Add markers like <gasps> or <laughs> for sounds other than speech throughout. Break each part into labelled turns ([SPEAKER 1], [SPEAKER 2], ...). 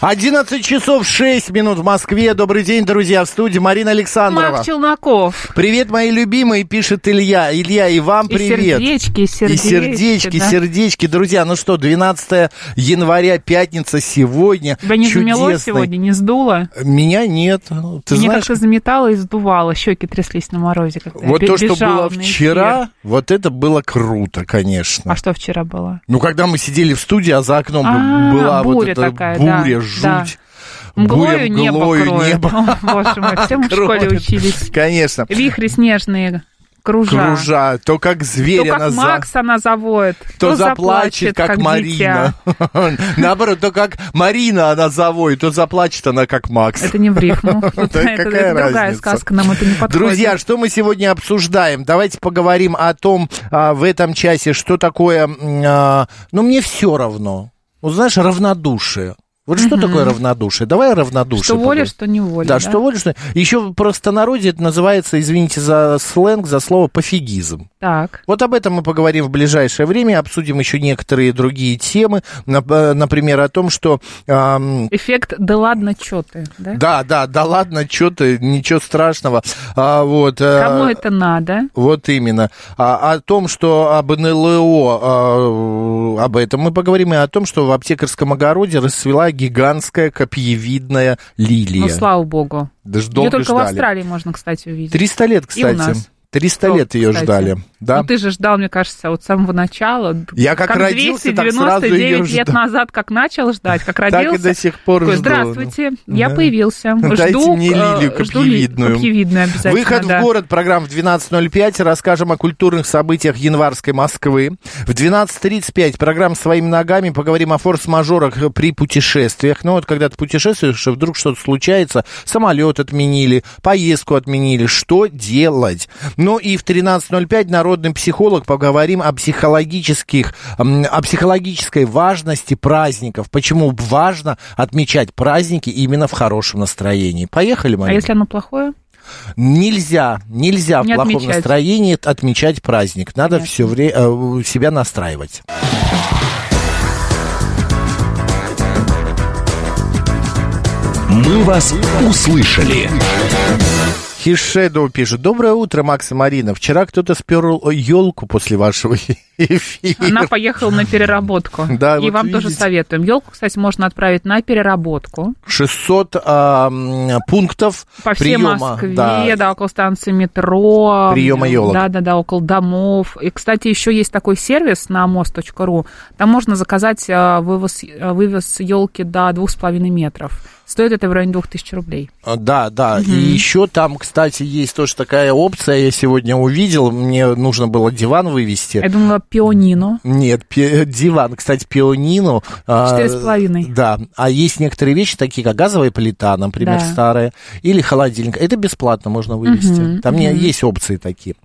[SPEAKER 1] 11 часов 6 минут в Москве. Добрый день, друзья, в студии Марина Александрова.
[SPEAKER 2] Марк Челноков.
[SPEAKER 1] Привет, мои любимые, пишет Илья. Илья, и вам
[SPEAKER 2] И
[SPEAKER 1] привет.
[SPEAKER 2] сердечки, и
[SPEAKER 1] И
[SPEAKER 2] сердечки.
[SPEAKER 1] сердечки,
[SPEAKER 2] да.
[SPEAKER 1] сердечки, друзья. Ну что, 12 января, пятница сегодня.
[SPEAKER 2] Тебя не замело
[SPEAKER 1] Чудесный.
[SPEAKER 2] сегодня, не сдуло?
[SPEAKER 1] Меня нет. Ты
[SPEAKER 2] Меня
[SPEAKER 1] знаешь,
[SPEAKER 2] как-то заметало и сдувало, щеки тряслись на морозе. Когда я
[SPEAKER 1] вот
[SPEAKER 2] бе-
[SPEAKER 1] то, что
[SPEAKER 2] бежала
[SPEAKER 1] было
[SPEAKER 2] на эфир.
[SPEAKER 1] вчера, вот это было круто, конечно.
[SPEAKER 2] А что вчера было?
[SPEAKER 1] Ну, когда мы сидели в студии, а за окном
[SPEAKER 2] А,
[SPEAKER 1] была вот
[SPEAKER 2] буря
[SPEAKER 1] эта
[SPEAKER 2] такая, да,
[SPEAKER 1] буря,
[SPEAKER 2] да.
[SPEAKER 1] жуть.
[SPEAKER 2] Мглою
[SPEAKER 1] Буря
[SPEAKER 2] небо
[SPEAKER 1] мглою
[SPEAKER 2] кроет.
[SPEAKER 1] небо.
[SPEAKER 2] О, боже мой, все мы в школе
[SPEAKER 1] кроет.
[SPEAKER 2] учились.
[SPEAKER 1] Конечно.
[SPEAKER 2] Вихри снежные, кружа.
[SPEAKER 1] Кружа, то как
[SPEAKER 2] То
[SPEAKER 1] зверь
[SPEAKER 2] как
[SPEAKER 1] она за-
[SPEAKER 2] Макс она завоет,
[SPEAKER 1] то
[SPEAKER 2] то
[SPEAKER 1] заплачет, как,
[SPEAKER 2] дитя.
[SPEAKER 1] Марина. <laughs> Наоборот, то как Марина она завоет, то заплачет она, как Макс.
[SPEAKER 2] Это не
[SPEAKER 1] <laughs>
[SPEAKER 2] в рифму. Это,
[SPEAKER 1] какая
[SPEAKER 2] это другая
[SPEAKER 1] разница?
[SPEAKER 2] сказка, нам это не подходит.
[SPEAKER 1] Друзья, что мы сегодня обсуждаем? Давайте поговорим о том а, в этом часе, что такое... м, а, ну, мне все равно. Вот знаешь, равнодушие. Вот что такое равнодушие? Давай равнодушие.
[SPEAKER 2] что воля,
[SPEAKER 1] поговорим.
[SPEAKER 2] что не воля.
[SPEAKER 1] Да, что воля, что... Еще в простонародье это называется, извините за сленг, за слово пофигизм.
[SPEAKER 2] Так.
[SPEAKER 1] Вот об этом мы поговорим в ближайшее время, обсудим еще некоторые другие темы, Нап- э, например, о том, что... ам,
[SPEAKER 2] Эффект «да ладно, чё ты», да?
[SPEAKER 1] да, да, да ладно, что ты, ничего страшного. А, вот, э,
[SPEAKER 2] Кому это надо?
[SPEAKER 1] Вот именно. А, о том, что об НЛО, а, об этом мы поговорим, и о том, что в аптекарском огороде расцвела гигантская копьевидная лилия.
[SPEAKER 2] Ну, слава богу.
[SPEAKER 1] Даже
[SPEAKER 2] Ее
[SPEAKER 1] долго
[SPEAKER 2] только в
[SPEAKER 1] ждали.
[SPEAKER 2] Австралии можно, кстати, увидеть.
[SPEAKER 1] 300 лет,
[SPEAKER 2] И у
[SPEAKER 1] кстати.
[SPEAKER 2] нас.
[SPEAKER 1] 300
[SPEAKER 2] Долго,
[SPEAKER 1] лет ее
[SPEAKER 2] кстати.
[SPEAKER 1] ждали. Да?
[SPEAKER 2] Ну, ты же ждал, мне кажется, вот с самого начала.
[SPEAKER 1] Я как родился, так сразу её
[SPEAKER 2] 299 лет
[SPEAKER 1] ждал.
[SPEAKER 2] назад, как начал ждать, как
[SPEAKER 1] <laughs> так и
[SPEAKER 2] родился.
[SPEAKER 1] до сих пор жду.
[SPEAKER 2] Такой,
[SPEAKER 1] ну.
[SPEAKER 2] Здравствуйте, я
[SPEAKER 1] Да.
[SPEAKER 2] появился.
[SPEAKER 1] <laughs> Дайте
[SPEAKER 2] жду,
[SPEAKER 1] мне
[SPEAKER 2] э,
[SPEAKER 1] лилию
[SPEAKER 2] жду ли-
[SPEAKER 1] копьевидную.
[SPEAKER 2] копьевидную обязательно,
[SPEAKER 1] Выход
[SPEAKER 2] да.
[SPEAKER 1] в город, программа в 12.05. Расскажем о культурных событиях январской Москвы. В 12.35 программа «Своими ногами». Поговорим о форс-мажорах при путешествиях. Ну вот, когда ты путешествуешь, и вдруг что-то случается, самолет отменили, поездку отменили. Что делать? Ну и в 13.05 народный психолог. Поговорим о психологических, м, о психологической важности праздников. Почему важно отмечать праздники именно в хорошем настроении. Поехали,
[SPEAKER 2] А
[SPEAKER 1] Марина?
[SPEAKER 2] если оно плохое?
[SPEAKER 1] Нельзя, нельзя
[SPEAKER 2] Не
[SPEAKER 1] в плохом
[SPEAKER 2] отмечать.
[SPEAKER 1] настроении отмечать праздник. Надо все время себя настраивать.
[SPEAKER 3] «Мы вас услышали».
[SPEAKER 1] Хишедоу пишет. Доброе утро, Макс и Марина. Вчера кто-то спер елку после вашего <laughs> эфира.
[SPEAKER 2] Она поехала на переработку.
[SPEAKER 1] <laughs> Да,
[SPEAKER 2] и
[SPEAKER 1] вот
[SPEAKER 2] вам тоже
[SPEAKER 1] видите.
[SPEAKER 2] советуем. Елку, кстати, можно отправить на переработку
[SPEAKER 1] 600 а, м, пунктов
[SPEAKER 2] по всей
[SPEAKER 1] приема.
[SPEAKER 2] Москве,
[SPEAKER 1] Да.
[SPEAKER 2] да. около станции метро.
[SPEAKER 1] Приема ёлок.
[SPEAKER 2] Да, да, да, около домов. И, кстати, еще есть такой сервис на мост.ру. Там можно заказать э, вывоз, э, вывоз елки до 2,5 метров. Стоит это в районе 2000 рублей.
[SPEAKER 1] А, Да, да. И еще там, кстати, есть тоже такая опция. Я сегодня увидел. Мне нужно было диван вывести.
[SPEAKER 2] Я думала, пионино.
[SPEAKER 1] Нет, пи- диван, кстати, пианино. а,
[SPEAKER 2] Четыре с половиной.
[SPEAKER 1] Да, а есть некоторые вещи, такие как газовая плита, например,
[SPEAKER 2] Да.
[SPEAKER 1] старая, или холодильник. Это бесплатно можно вывести.
[SPEAKER 2] Мгм,
[SPEAKER 1] Там не- есть опции такие.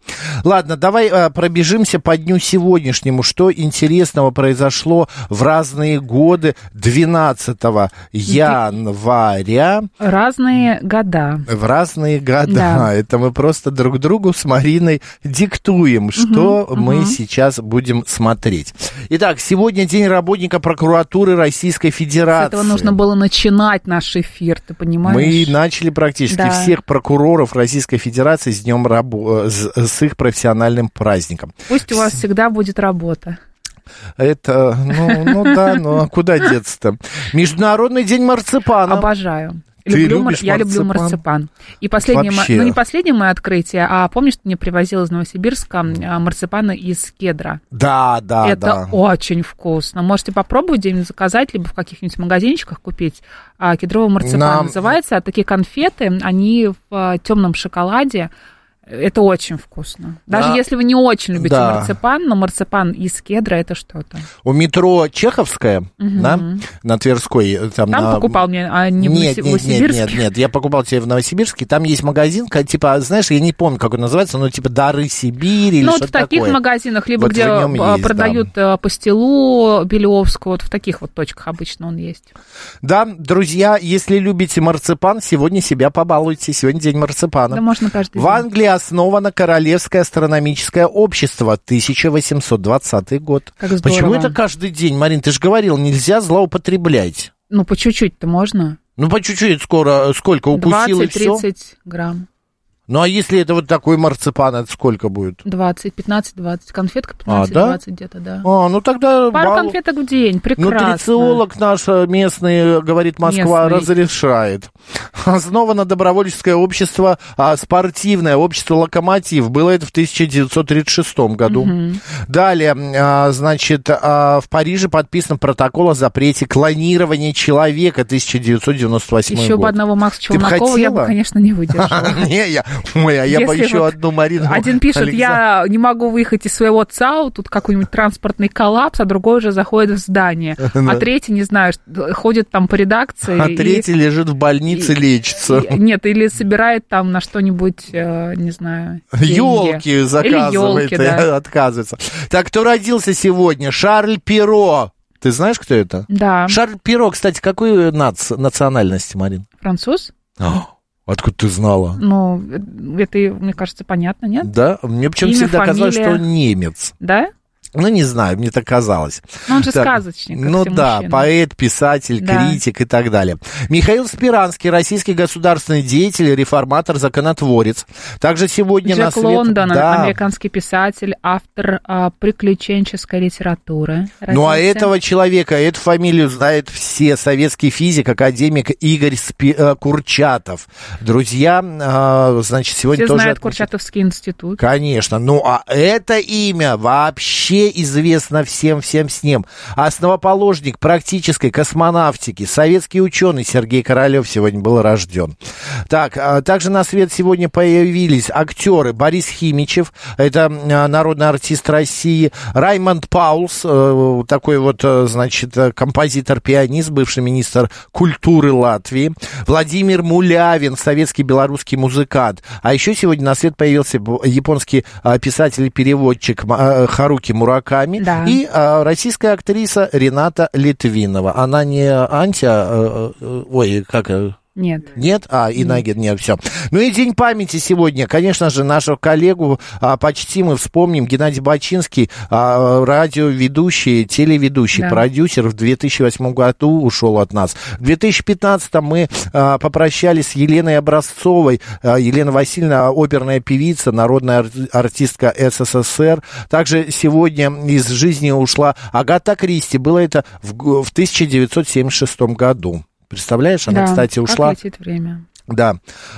[SPEAKER 1] Ладно, давай а, пробежимся по дню сегодняшнему. Что интересного произошло в разные годы 12 января
[SPEAKER 2] Разные года.
[SPEAKER 1] в разные года. <laughs>
[SPEAKER 2] Да.
[SPEAKER 1] Это мы просто друг другу с Мариной диктуем, что мы сейчас будем смотреть. Итак, сегодня день работника прокуратуры Российской
[SPEAKER 2] С
[SPEAKER 1] Федерации.
[SPEAKER 2] этого нужно было начинать наш эфир, ты
[SPEAKER 1] Мы
[SPEAKER 2] понимаешь?
[SPEAKER 1] начали практически
[SPEAKER 2] Да.
[SPEAKER 1] всех прокуроров Российской Федерации с днем рабо- э, с, с их профессиональным праздником.
[SPEAKER 2] Пусть у вас всегда будет работа.
[SPEAKER 1] Это, ну, ну да, ну а куда деться-то? Международный день марципана.
[SPEAKER 2] Обожаю.
[SPEAKER 1] Ты
[SPEAKER 2] люблю, мар-
[SPEAKER 1] любишь
[SPEAKER 2] я люблю
[SPEAKER 1] марципан?
[SPEAKER 2] марципан. И последнее, мо-
[SPEAKER 1] Вообще.
[SPEAKER 2] ну не последнее мое открытие, а помнишь, ты мне привозил из Новосибирска а, марципаны из кедра?
[SPEAKER 1] Да, да,
[SPEAKER 2] Это
[SPEAKER 1] А, да.
[SPEAKER 2] очень вкусно. Можете попробовать где-нибудь заказать, либо в каких-нибудь магазинчиках купить. А, кедровый марципан
[SPEAKER 1] Нам-
[SPEAKER 2] называется. А такие конфеты, они в темном шоколаде. Это очень вкусно. Даже
[SPEAKER 1] Да.
[SPEAKER 2] если вы не очень любите
[SPEAKER 1] Да.
[SPEAKER 2] марципан, но марципан из кедра это что-то.
[SPEAKER 1] У метро Чеховская, да, на Тверской. э, Там,
[SPEAKER 2] Там
[SPEAKER 1] на-
[SPEAKER 2] покупал мне, а не в
[SPEAKER 1] нет,
[SPEAKER 2] Новоси-
[SPEAKER 1] нет, нет,
[SPEAKER 2] Новосибирске.
[SPEAKER 1] нет, нет, я покупал тебе в Новосибирске, там есть магазин, ка- типа, знаешь, я не помню, как он называется, но типа «Дары Сибири» или
[SPEAKER 2] Ну, вот
[SPEAKER 1] что-то
[SPEAKER 2] в таких
[SPEAKER 1] такое.
[SPEAKER 2] магазинах, либо
[SPEAKER 1] Вот
[SPEAKER 2] где
[SPEAKER 1] в нем
[SPEAKER 2] а,
[SPEAKER 1] есть, да.
[SPEAKER 2] продают э, пастилу Белевскую, вот в таких вот точках обычно он есть.
[SPEAKER 1] Да, друзья, если любите марципан, сегодня себя побалуйте, сегодня день марципана.
[SPEAKER 2] Да можно каждый
[SPEAKER 1] В
[SPEAKER 2] день.
[SPEAKER 1] Англии основано Королевское астрономическое общество, 1820 год.
[SPEAKER 2] Как здорово.
[SPEAKER 1] Почему это каждый день, Марин? Ты же говорил, нельзя злоупотреблять.
[SPEAKER 2] Ну, по чуть-чуть-то можно.
[SPEAKER 1] Ну, по чуть-чуть скоро, э, сколько, укусил и все?
[SPEAKER 2] 20-30 грамм.
[SPEAKER 1] Ну, а если это вот такой марципан, это сколько будет?
[SPEAKER 2] 20, 15-20. Конфетка 15-20
[SPEAKER 1] А, да?
[SPEAKER 2] где-то, да.
[SPEAKER 1] А, ну тогда...
[SPEAKER 2] Пару
[SPEAKER 1] бал-
[SPEAKER 2] конфеток в день, прекрасно.
[SPEAKER 1] Нутрициолог Ну, наш э, местный, э, говорит, Москва
[SPEAKER 2] Местный.
[SPEAKER 1] разрешает. Основано добровольческое общество, а, спортивное общество «Локомотив». Было это в 1936 году. Далее, а, значит, а, в Париже подписан протокол о запрете клонирования человека 1998
[SPEAKER 2] Еще
[SPEAKER 1] год.
[SPEAKER 2] бы одного Макса
[SPEAKER 1] Ты бы
[SPEAKER 2] Челнокова я бы,
[SPEAKER 1] хотела?
[SPEAKER 2] конечно, не выдержала.
[SPEAKER 1] <laughs> Не, я, ой, а я бы
[SPEAKER 2] Если
[SPEAKER 1] еще
[SPEAKER 2] вот
[SPEAKER 1] одну Марину.
[SPEAKER 2] Один пишет, я не могу выехать из своего ЦАУ, тут какой-нибудь транспортный коллапс, а другой уже
[SPEAKER 1] <laughs>
[SPEAKER 2] заходит в здание. А третий, не знаю, что- ходит там по редакции.
[SPEAKER 1] А
[SPEAKER 2] и-
[SPEAKER 1] третий лежит в больнице,
[SPEAKER 2] и-
[SPEAKER 1] лечится.
[SPEAKER 2] и- Нет, или собирает там на что-нибудь, э, не знаю, деньги.
[SPEAKER 1] Елки
[SPEAKER 2] Или
[SPEAKER 1] заказывает
[SPEAKER 2] ёлки,
[SPEAKER 1] и <laughs>
[SPEAKER 2] да.
[SPEAKER 1] отказывается. Так, кто родился сегодня? Шарль Перо. Ты знаешь, кто это?
[SPEAKER 2] Да,
[SPEAKER 1] Шарль Перо, кстати, какой нац- национальности, Марин?
[SPEAKER 2] француз.
[SPEAKER 1] А, <gasps> Откуда ты знала?
[SPEAKER 2] Ну, это, мне кажется, понятно, нет?
[SPEAKER 1] Да, мне почему-то
[SPEAKER 2] Имя,
[SPEAKER 1] всегда казалось, что
[SPEAKER 2] фамилия.
[SPEAKER 1] он немец.
[SPEAKER 2] Да?
[SPEAKER 1] Ну, не знаю, мне так казалось.
[SPEAKER 2] Ну, он же
[SPEAKER 1] Так,
[SPEAKER 2] сказочник, как
[SPEAKER 1] Ну
[SPEAKER 2] все
[SPEAKER 1] да,
[SPEAKER 2] мужчины.
[SPEAKER 1] поэт, писатель,
[SPEAKER 2] Да.
[SPEAKER 1] критик и так далее. Михаил Спиранский, российский государственный деятель, реформатор, законотворец. Также сегодня на
[SPEAKER 2] Джек
[SPEAKER 1] свет...
[SPEAKER 2] Лондон,
[SPEAKER 1] Да.
[SPEAKER 2] американский писатель, автор а, приключенческой литературы.
[SPEAKER 1] Ну а
[SPEAKER 2] Родился.
[SPEAKER 1] этого человека, эту фамилию знают все. Советский физик, академик Игорь Спи- э, Курчатов. Друзья, а, значит, сегодня
[SPEAKER 2] Все
[SPEAKER 1] тоже...
[SPEAKER 2] знают
[SPEAKER 1] отмечают-
[SPEAKER 2] Курчатовский институт.
[SPEAKER 1] Конечно. Ну, а это имя вообще известно всем-всем с ним. Основоположник практической космонавтики, советский ученый Сергей Королев сегодня был рожден. Так, а также на свет сегодня появились актеры Борис Химичев, это а, народный артист России, Раймонд Паулс, э, такой вот, э, значит, э, композитор-пианист, бывший министр культуры Латвии, Владимир Мулявин, советский белорусский музыкант. А еще сегодня на свет появился б- японский а, писатель и переводчик М- а, Харуки Мураками
[SPEAKER 2] Да.
[SPEAKER 1] и а, российская актриса Рената Литвинова. Она не анти... а, э, э, Ой, как... э,
[SPEAKER 2] Нет.
[SPEAKER 1] нет? А, и Нагин, нет, все. Ну и День памяти сегодня. Конечно же, нашего коллегу а, почти мы вспомним. Геннадий Бачинский, а, радиоведущий, телеведущий,
[SPEAKER 2] Да.
[SPEAKER 1] продюсер в 2008 году ушел от нас. В 2015 мы а, попрощались с Еленой Образцовой. А, Елена Васильевна, оперная певица, народная ар- артистка СССР. Также сегодня из жизни ушла Агата Кристи. Было это в, г- в 1976 году. Представляешь, она,
[SPEAKER 2] Да,
[SPEAKER 1] кстати,
[SPEAKER 2] как
[SPEAKER 1] ушла.
[SPEAKER 2] летит время.
[SPEAKER 1] Да,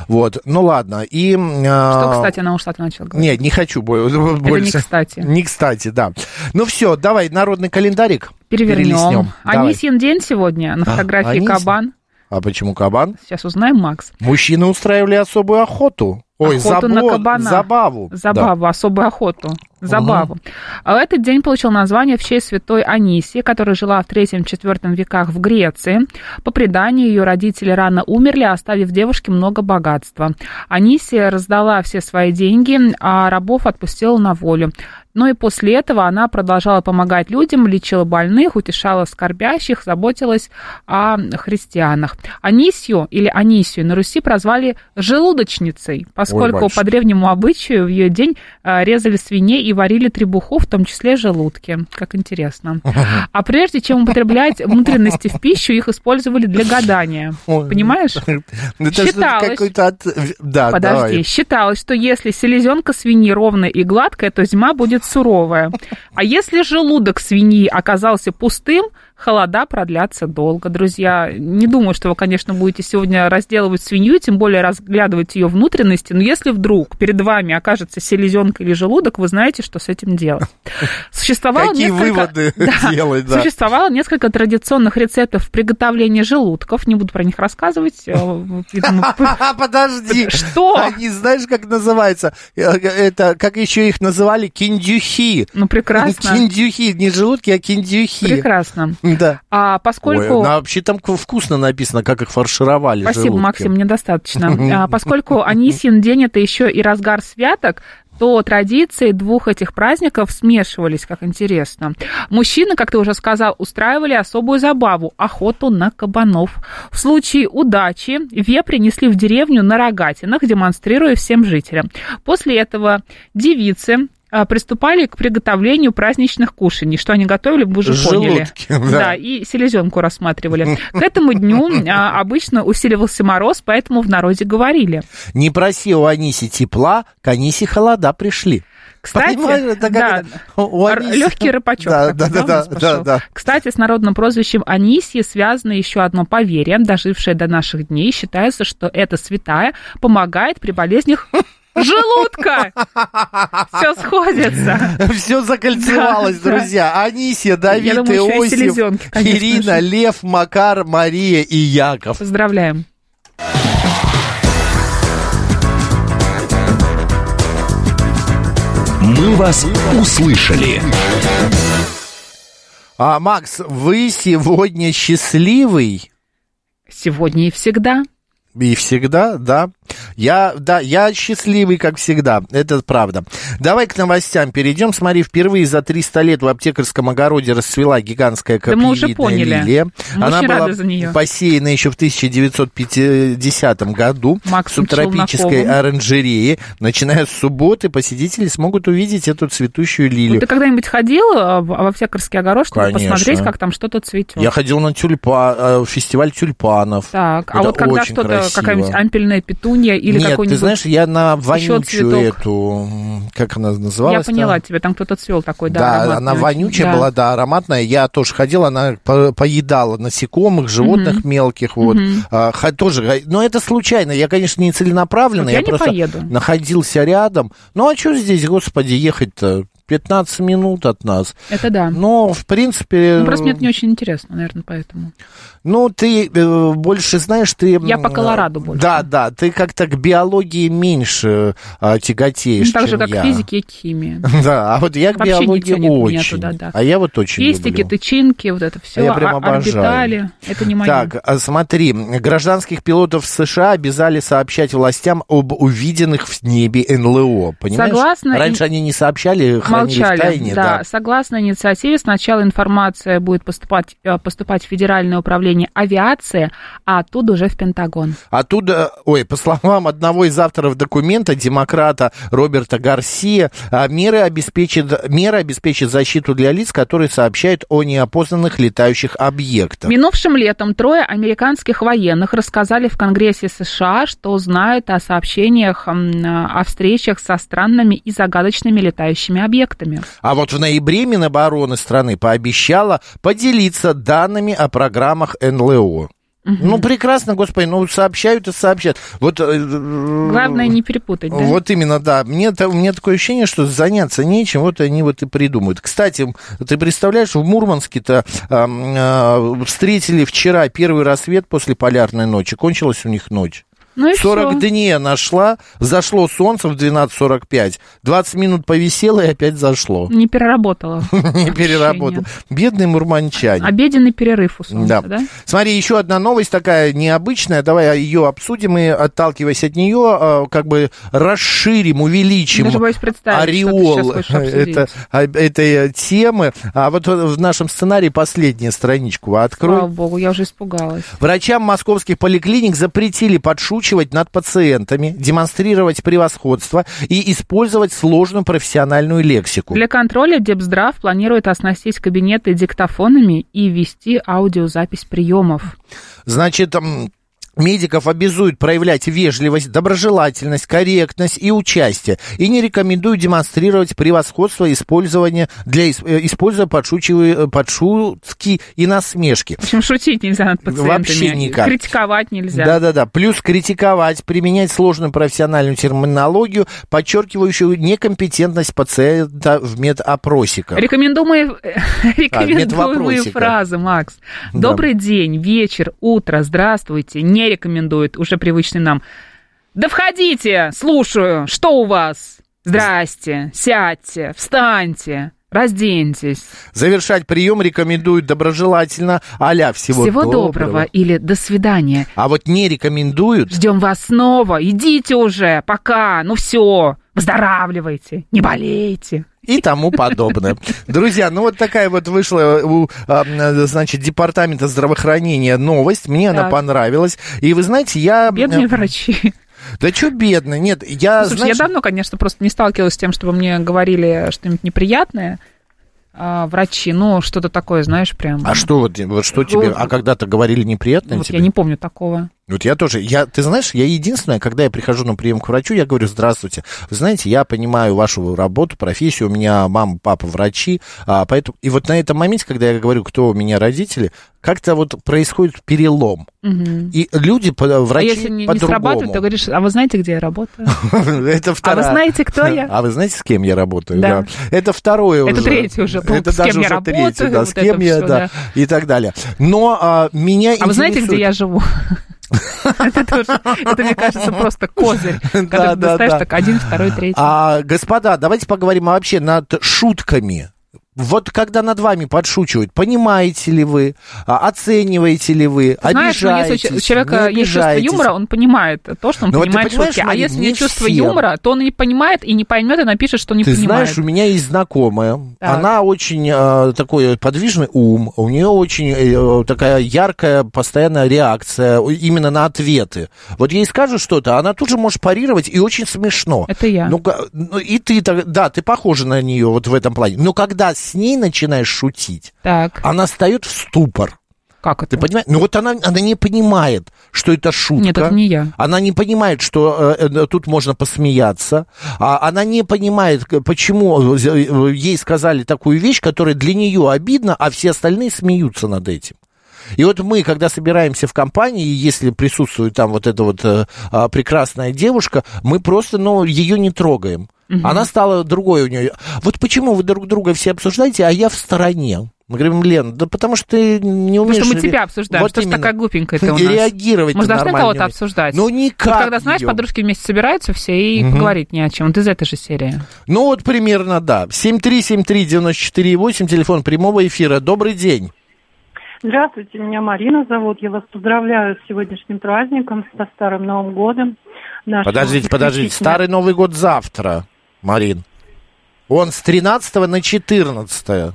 [SPEAKER 1] вот, ну ладно, и... а,
[SPEAKER 2] Что, кстати, она ушла, ты начал говорить.
[SPEAKER 1] Нет, не хочу бо- больше.
[SPEAKER 2] не кстати.
[SPEAKER 1] Не кстати, да. Ну все, давай, народный календарик
[SPEAKER 2] Перевернем.
[SPEAKER 1] Давай. А,
[SPEAKER 2] Анисин день сегодня на фотографии
[SPEAKER 1] Анисин?
[SPEAKER 2] кабан.
[SPEAKER 1] А почему кабан?
[SPEAKER 2] Сейчас узнаем, Макс.
[SPEAKER 1] Мужчины устраивали особую охоту. Ой,
[SPEAKER 2] Охоту на
[SPEAKER 1] забо-
[SPEAKER 2] кабана.
[SPEAKER 1] забаву. Да.
[SPEAKER 2] Забаву, особую охоту. Забаву. А Этот день получил название в честь святой Анисии, которая жила в III-IV веках в Греции. По преданию, ее родители рано умерли, оставив девушке много богатства. Анисия раздала все свои деньги, а рабов отпустила на волю. Но и после этого она продолжала помогать людям, лечила больных, утешала скорбящих, заботилась о христианах. Анисью или Анисию на Руси прозвали желудочницей, поскольку
[SPEAKER 1] батюшки.
[SPEAKER 2] по древнему обычаю в ее день а, резали свиней и варили требуху, в том числе желудки. Как интересно. А прежде чем употреблять внутренности в пищу, их использовали для гадания.
[SPEAKER 1] Ой.
[SPEAKER 2] Понимаешь?
[SPEAKER 1] Ну, Это что-то
[SPEAKER 2] Считалось.
[SPEAKER 1] какой-то... от- А, Да,
[SPEAKER 2] Подожди,
[SPEAKER 1] давай. <laughs>
[SPEAKER 2] считалось, что если селезенка свиньи ровная и гладкая, то зима будет суровая. А если желудок свиньи оказался пустым, Холода продлятся долго, друзья. Не думаю, что вы, конечно, будете сегодня разделывать свинью, тем более разглядывать ее внутренности. Но если вдруг перед вами окажется селезенка или желудок, вы знаете, что с этим делать. Существовало
[SPEAKER 1] Какие
[SPEAKER 2] <laughs>
[SPEAKER 1] выводы делать, да.
[SPEAKER 2] Существовало несколько традиционных рецептов приготовления желудков. Не буду про них рассказывать. э,
[SPEAKER 1] <laughs>
[SPEAKER 2] видимо, <laughs>
[SPEAKER 1] Ха-ха, подожди.
[SPEAKER 2] Что?
[SPEAKER 1] Они знаешь, как называется? Э, Это, как еще их называли? Киндюхи.
[SPEAKER 2] Ну, прекрасно.
[SPEAKER 1] Киндюхи. Не желудки, а киндюхи.
[SPEAKER 2] Прекрасно.
[SPEAKER 1] Да.
[SPEAKER 2] А поскольку...
[SPEAKER 1] Ой, на- вообще там к- вкусно написано, как их фаршировали
[SPEAKER 2] Спасибо,
[SPEAKER 1] желудки.
[SPEAKER 2] Максим, мне достаточно. А, Поскольку Анисин день это еще и разгар святок, то традиции двух этих праздников смешивались, как интересно. Мужчины, как ты уже сказал, устраивали особую забаву – охоту на кабанов. В случае удачи вепри несли в деревню на рогатинах, демонстрируя всем жителям. После этого девицы а, приступали к приготовлению праздничных кушаний. Что они готовили, вы уже поняли.
[SPEAKER 1] Желудки, да.
[SPEAKER 2] и селезенку рассматривали. К этому дню а, обычно усиливался мороз, поэтому в народе говорили.
[SPEAKER 1] Не проси у Аниси тепла, к Аниси холода пришли.
[SPEAKER 2] Кстати,
[SPEAKER 1] Понимаешь, это как
[SPEAKER 2] да,
[SPEAKER 1] это? У
[SPEAKER 2] Р-
[SPEAKER 1] Аниси-
[SPEAKER 2] легкий рыбачок.
[SPEAKER 1] Да,
[SPEAKER 2] так
[SPEAKER 1] да, да,
[SPEAKER 2] у нас
[SPEAKER 1] да, да,
[SPEAKER 2] пошел.
[SPEAKER 1] да.
[SPEAKER 2] Кстати, с народным прозвищем Анисьи связано еще одно поверье, дожившее до наших дней. Считается, что эта святая помогает при болезнях желудка. Все сходится.
[SPEAKER 1] Все закольцевалось,
[SPEAKER 2] Да, да.
[SPEAKER 1] друзья. Анисия, Давид,
[SPEAKER 2] Я думаю, еще и
[SPEAKER 1] Иосиф,
[SPEAKER 2] селезенки, конечно
[SPEAKER 1] Ирина,
[SPEAKER 2] же.
[SPEAKER 1] Лев, Макар, Мария и Яков.
[SPEAKER 2] Поздравляем.
[SPEAKER 3] «Мы вас услышали».
[SPEAKER 1] А, Макс, вы сегодня счастливый?
[SPEAKER 2] Сегодня и всегда.
[SPEAKER 1] И всегда, да. Я, да, я счастливый, как всегда, это правда. Давай к новостям перейдем. Смотри, впервые за 300 лет в аптекарском огороде расцвела гигантская
[SPEAKER 2] Да мы уже
[SPEAKER 1] копьевидная
[SPEAKER 2] поняли.
[SPEAKER 1] лилия.
[SPEAKER 2] Мы
[SPEAKER 1] Она
[SPEAKER 2] очень
[SPEAKER 1] была
[SPEAKER 2] рады за неё.
[SPEAKER 1] посеяна еще в 1950 году в
[SPEAKER 2] Максом
[SPEAKER 1] субтропической
[SPEAKER 2] Челноковым.
[SPEAKER 1] оранжерее. Начиная с субботы посетители смогут увидеть эту цветущую
[SPEAKER 2] Вот
[SPEAKER 1] лилию.
[SPEAKER 2] Ну, Ты когда-нибудь ходил э, в- во аптекарский огород, чтобы
[SPEAKER 1] Конечно.
[SPEAKER 2] посмотреть, как там что-то цветет?
[SPEAKER 1] Я ходил на тюльпа, э, фестиваль тюльпанов.
[SPEAKER 2] Так, а
[SPEAKER 1] Это
[SPEAKER 2] вот когда
[SPEAKER 1] очень
[SPEAKER 2] что-то,
[SPEAKER 1] красиво.
[SPEAKER 2] какая-нибудь ампельная петунья или
[SPEAKER 1] Нет,
[SPEAKER 2] какой-нибудь...
[SPEAKER 1] ты знаешь, я на
[SPEAKER 2] еще
[SPEAKER 1] вонючую
[SPEAKER 2] цветок.
[SPEAKER 1] эту, м, как она
[SPEAKER 2] я
[SPEAKER 1] называлась?
[SPEAKER 2] поняла тебя, там кто-то цвел такой, да,
[SPEAKER 1] Да,
[SPEAKER 2] ароматный
[SPEAKER 1] она
[SPEAKER 2] очень.
[SPEAKER 1] вонючая
[SPEAKER 2] Да.
[SPEAKER 1] была, да, ароматная. Я тоже ходил, она по- поедала насекомых, животных мелких, вот. А, ха- тоже, га- но это случайно. Я, конечно, не целенаправленно.
[SPEAKER 2] Вот я не
[SPEAKER 1] просто
[SPEAKER 2] поеду.
[SPEAKER 1] находился рядом. Ну а что здесь, господи, ехать-то? 15 минут от нас.
[SPEAKER 2] Это да.
[SPEAKER 1] Но, в принципе...
[SPEAKER 2] Ну, просто мне это не очень интересно, наверное, поэтому.
[SPEAKER 1] Ну, ты э, больше знаешь, ты... м,
[SPEAKER 2] Я по Колораду больше.
[SPEAKER 1] Да, да, ты как-то к биологии меньше э, тяготеешь,
[SPEAKER 2] Ну, так же,
[SPEAKER 1] чем
[SPEAKER 2] как
[SPEAKER 1] я.
[SPEAKER 2] к физике и к химии.
[SPEAKER 1] <laughs> Да, а вот я к
[SPEAKER 2] Вообще
[SPEAKER 1] биологии
[SPEAKER 2] ничего нет у меня
[SPEAKER 1] очень.
[SPEAKER 2] туда, да.
[SPEAKER 1] А я вот очень
[SPEAKER 2] Пестики,
[SPEAKER 1] люблю.
[SPEAKER 2] тычинки, вот это все,
[SPEAKER 1] Я прям обожаю.
[SPEAKER 2] орбитали. Это не мое.
[SPEAKER 1] Так, а смотри, гражданских пилотов США обязали сообщать властям об увиденных в небе НЛО, понимаешь?
[SPEAKER 2] Согласна,
[SPEAKER 1] Раньше
[SPEAKER 2] и-
[SPEAKER 1] они не сообщали, хранили
[SPEAKER 2] Молчали,
[SPEAKER 1] в тайне,
[SPEAKER 2] да. Согласно инициативе, сначала информация будет поступать, э, поступать в Федеральное управление авиации, а оттуда уже в Пентагон.
[SPEAKER 1] Оттуда, А э, ой, по словам одного из авторов документа, демократа Роберта Гарсия, а, меры обеспечат, меры обеспечат защиту для лиц, которые сообщают о неопознанных летающих объектах.
[SPEAKER 2] Минувшим летом трое американских военных рассказали в Конгрессе США, что знают о сообщениях м, о встречах со странными и загадочными летающими объектами.
[SPEAKER 1] А вот в ноябре Минобороны страны пообещала поделиться данными о программах НЛО. Ну, прекрасно, господи, ну, сообщают и сообщают. Вот, э,
[SPEAKER 2] Главное не перепутать, да?
[SPEAKER 1] Вот именно, да. Мне, та- у меня такое ощущение, что заняться нечем, вот они вот и придумают. Кстати, м, ты представляешь, в Мурманске-то ам, а, встретили вчера первый рассвет после полярной ночи. Кончилась у них ночь.
[SPEAKER 2] Ну и
[SPEAKER 1] 40
[SPEAKER 2] всё.
[SPEAKER 1] дней нашла, зашло солнце в 12.45, 20 минут повисело и опять зашло.
[SPEAKER 2] Не переработала.
[SPEAKER 1] <laughs> Не переработал. Бедный мурманчанин.
[SPEAKER 2] Обеденный перерыв у солнца, А да?
[SPEAKER 1] Смотри, еще одна новость такая необычная. Давай ее обсудим и, отталкиваясь от нее, а, как бы расширим, увеличим
[SPEAKER 2] Даже боюсь представить, что ты
[SPEAKER 1] ореол
[SPEAKER 2] сейчас хочешь
[SPEAKER 1] <laughs>
[SPEAKER 2] обсудить.
[SPEAKER 1] это- а, этой темы. А вот в нашем сценарии последняя страничку
[SPEAKER 2] Слава
[SPEAKER 1] открой.
[SPEAKER 2] богу, я уже испугалась.
[SPEAKER 1] Врачам московских поликлиник запретили подшучивать над пациентами, демонстрировать превосходство и использовать сложную профессиональную лексику.
[SPEAKER 2] Для контроля Депздрав планирует оснастить кабинеты диктофонами и вести аудиозапись приемов.
[SPEAKER 1] Значит, м, Медиков обязуют проявлять вежливость, доброжелательность, корректность и участие. И не рекомендуют демонстрировать превосходство использования для ис- э, используя подшучивые- э, подшутки и насмешки.
[SPEAKER 2] В общем, шутить нельзя над пациентами.
[SPEAKER 1] Вообще никак.
[SPEAKER 2] Критиковать нельзя.
[SPEAKER 1] Да-да-да. Плюс критиковать, применять сложную профессиональную терминологию, подчеркивающую некомпетентность пациента в медопросиках.
[SPEAKER 2] Рекомендуемые, <laughs> рекомендуемые
[SPEAKER 1] медвопросика.
[SPEAKER 2] фразы, Макс.
[SPEAKER 1] А, Да.
[SPEAKER 2] Добрый день, вечер, утро, здравствуйте. Не рекомендует, уже привычный нам. Да входите, слушаю, что у вас? Здрасте, сядьте, встаньте, разденьтесь.
[SPEAKER 1] Завершать прием рекомендуют доброжелательно, а-ля всего,
[SPEAKER 2] Всего доброго или до свидания.
[SPEAKER 1] А вот не рекомендуют
[SPEAKER 2] Ждем вас снова. Идите уже, пока. Ну все, выздоравливайте, не болейте.
[SPEAKER 1] и тому подобное. Друзья, ну вот такая вот вышла у, а, м, значит, департамента здравоохранения новость. Мне она
[SPEAKER 2] Так.
[SPEAKER 1] понравилась. И вы знаете, я...
[SPEAKER 2] Бедные врачи.
[SPEAKER 1] Да что бедно? Нет, я...
[SPEAKER 2] Ну, Слушай,
[SPEAKER 1] знаешь,
[SPEAKER 2] я давно, конечно, просто не сталкивалась с тем, чтобы мне говорили что-нибудь неприятное. а, врачи, ну, что-то такое, знаешь, прям. ну,
[SPEAKER 1] А что вот, вот что тебе? А когда-то говорили неприятно
[SPEAKER 2] Вот
[SPEAKER 1] тебе?
[SPEAKER 2] я не помню такого.
[SPEAKER 1] Вот я тоже. Я, ты знаешь, я единственное, когда я прихожу на прием к врачу, я говорю, здравствуйте. Вы знаете, я понимаю вашу работу, профессию. У меня мама, папа врачи. а, поэтому... И вот на этом моменте, когда я говорю, кто у меня родители, как-то вот происходит перелом. И люди, по-
[SPEAKER 2] А
[SPEAKER 1] врачи
[SPEAKER 2] если не, не
[SPEAKER 1] по-другому.
[SPEAKER 2] срабатывает, то говоришь, а вы знаете, где
[SPEAKER 1] <laughs>
[SPEAKER 2] я работаю?
[SPEAKER 1] Это
[SPEAKER 2] А вы
[SPEAKER 1] вторая.
[SPEAKER 2] знаете, кто я?
[SPEAKER 1] А вы знаете, с кем я работаю?
[SPEAKER 2] Да.
[SPEAKER 1] Это второе уже.
[SPEAKER 2] Это третье уже пункт.
[SPEAKER 1] Это
[SPEAKER 2] С кем
[SPEAKER 1] даже
[SPEAKER 2] я
[SPEAKER 1] уже
[SPEAKER 2] работаю,
[SPEAKER 1] третье, да,
[SPEAKER 2] вот
[SPEAKER 1] с
[SPEAKER 2] это
[SPEAKER 1] кем я,
[SPEAKER 2] всё,
[SPEAKER 1] да,
[SPEAKER 2] да.
[SPEAKER 1] и так далее. Но а, меня
[SPEAKER 2] А вы знаете, где
[SPEAKER 1] интересует-
[SPEAKER 2] я живу? <laughs> Это тоже, это, мне кажется, просто козырь,
[SPEAKER 1] <laughs> Да,
[SPEAKER 2] который ты
[SPEAKER 1] да, да.
[SPEAKER 2] достаешь, так один, второй, третий.
[SPEAKER 1] А, господа, давайте поговорим вообще над шутками. Вот когда над вами подшучивают, понимаете ли вы, а, оцениваете ли вы,
[SPEAKER 2] Знаешь, ну, если у че- у
[SPEAKER 1] обижаетесь,
[SPEAKER 2] человека
[SPEAKER 1] не
[SPEAKER 2] есть чувство
[SPEAKER 1] обижаетесь?
[SPEAKER 2] юмора, он понимает то, что он
[SPEAKER 1] Ну, вот ты
[SPEAKER 2] понимает
[SPEAKER 1] понимаешь,
[SPEAKER 2] шутки. А
[SPEAKER 1] Марин,
[SPEAKER 2] если
[SPEAKER 1] не
[SPEAKER 2] нет чувства
[SPEAKER 1] все.
[SPEAKER 2] юмора, то он не понимает и не поймет, и напишет, что не
[SPEAKER 1] Ты
[SPEAKER 2] понимает.
[SPEAKER 1] знаешь, у меня есть знакомая,
[SPEAKER 2] Так.
[SPEAKER 1] она очень э, такой подвижный ум, у нее очень э, такая яркая постоянная реакция именно на ответы. Вот ей скажут что-то, она тут же может парировать и очень смешно.
[SPEAKER 2] Это я.
[SPEAKER 1] Ну, ка- ну, и ты, так- да, ты похожа на нее вот в этом плане. Но когда с ней начинаешь шутить,
[SPEAKER 2] Так,
[SPEAKER 1] она встает в ступор.
[SPEAKER 2] А как это?
[SPEAKER 1] Ты понимаешь? Ну вот она, она не понимает, что это шутка.
[SPEAKER 2] Нет, это не я.
[SPEAKER 1] Она не понимает, что э, э, тут можно посмеяться. А она не понимает, к- почему э, э, ей сказали такую вещь, которая для нее обидна, а все остальные смеются над этим. И вот мы, когда собираемся в компании, и если присутствует там вот эта вот э, а, прекрасная девушка, мы просто, ну, ее не трогаем. Она стала другой у нее. Вот почему вы друг друга все обсуждаете, а я в стороне. Мы говорим, Лен, да потому что ты не умеешь...
[SPEAKER 2] Потому что мы
[SPEAKER 1] ре-
[SPEAKER 2] тебя обсуждаем,
[SPEAKER 1] Вот
[SPEAKER 2] что ж
[SPEAKER 1] именно.
[SPEAKER 2] такая глупенькая ты у нас.
[SPEAKER 1] И реагировать
[SPEAKER 2] Мы же должны кого-то обсуждать.
[SPEAKER 1] Ну,
[SPEAKER 2] Вот
[SPEAKER 1] никак
[SPEAKER 2] когда, знаешь,
[SPEAKER 1] её.
[SPEAKER 2] подружки вместе собираются все и поговорить ни о чем. Вот из этой же серии.
[SPEAKER 1] Ну, вот примерно, да. 7373948, телефон прямого эфира. Добрый день.
[SPEAKER 4] Здравствуйте, меня Марина зовут. Я вас поздравляю с сегодняшним праздником, со Старым Новым Годом. Нашим
[SPEAKER 1] Подождите, подождите.
[SPEAKER 4] исключительно-
[SPEAKER 1] Старый Новый год завтра, Марин. Он с 13 на 14.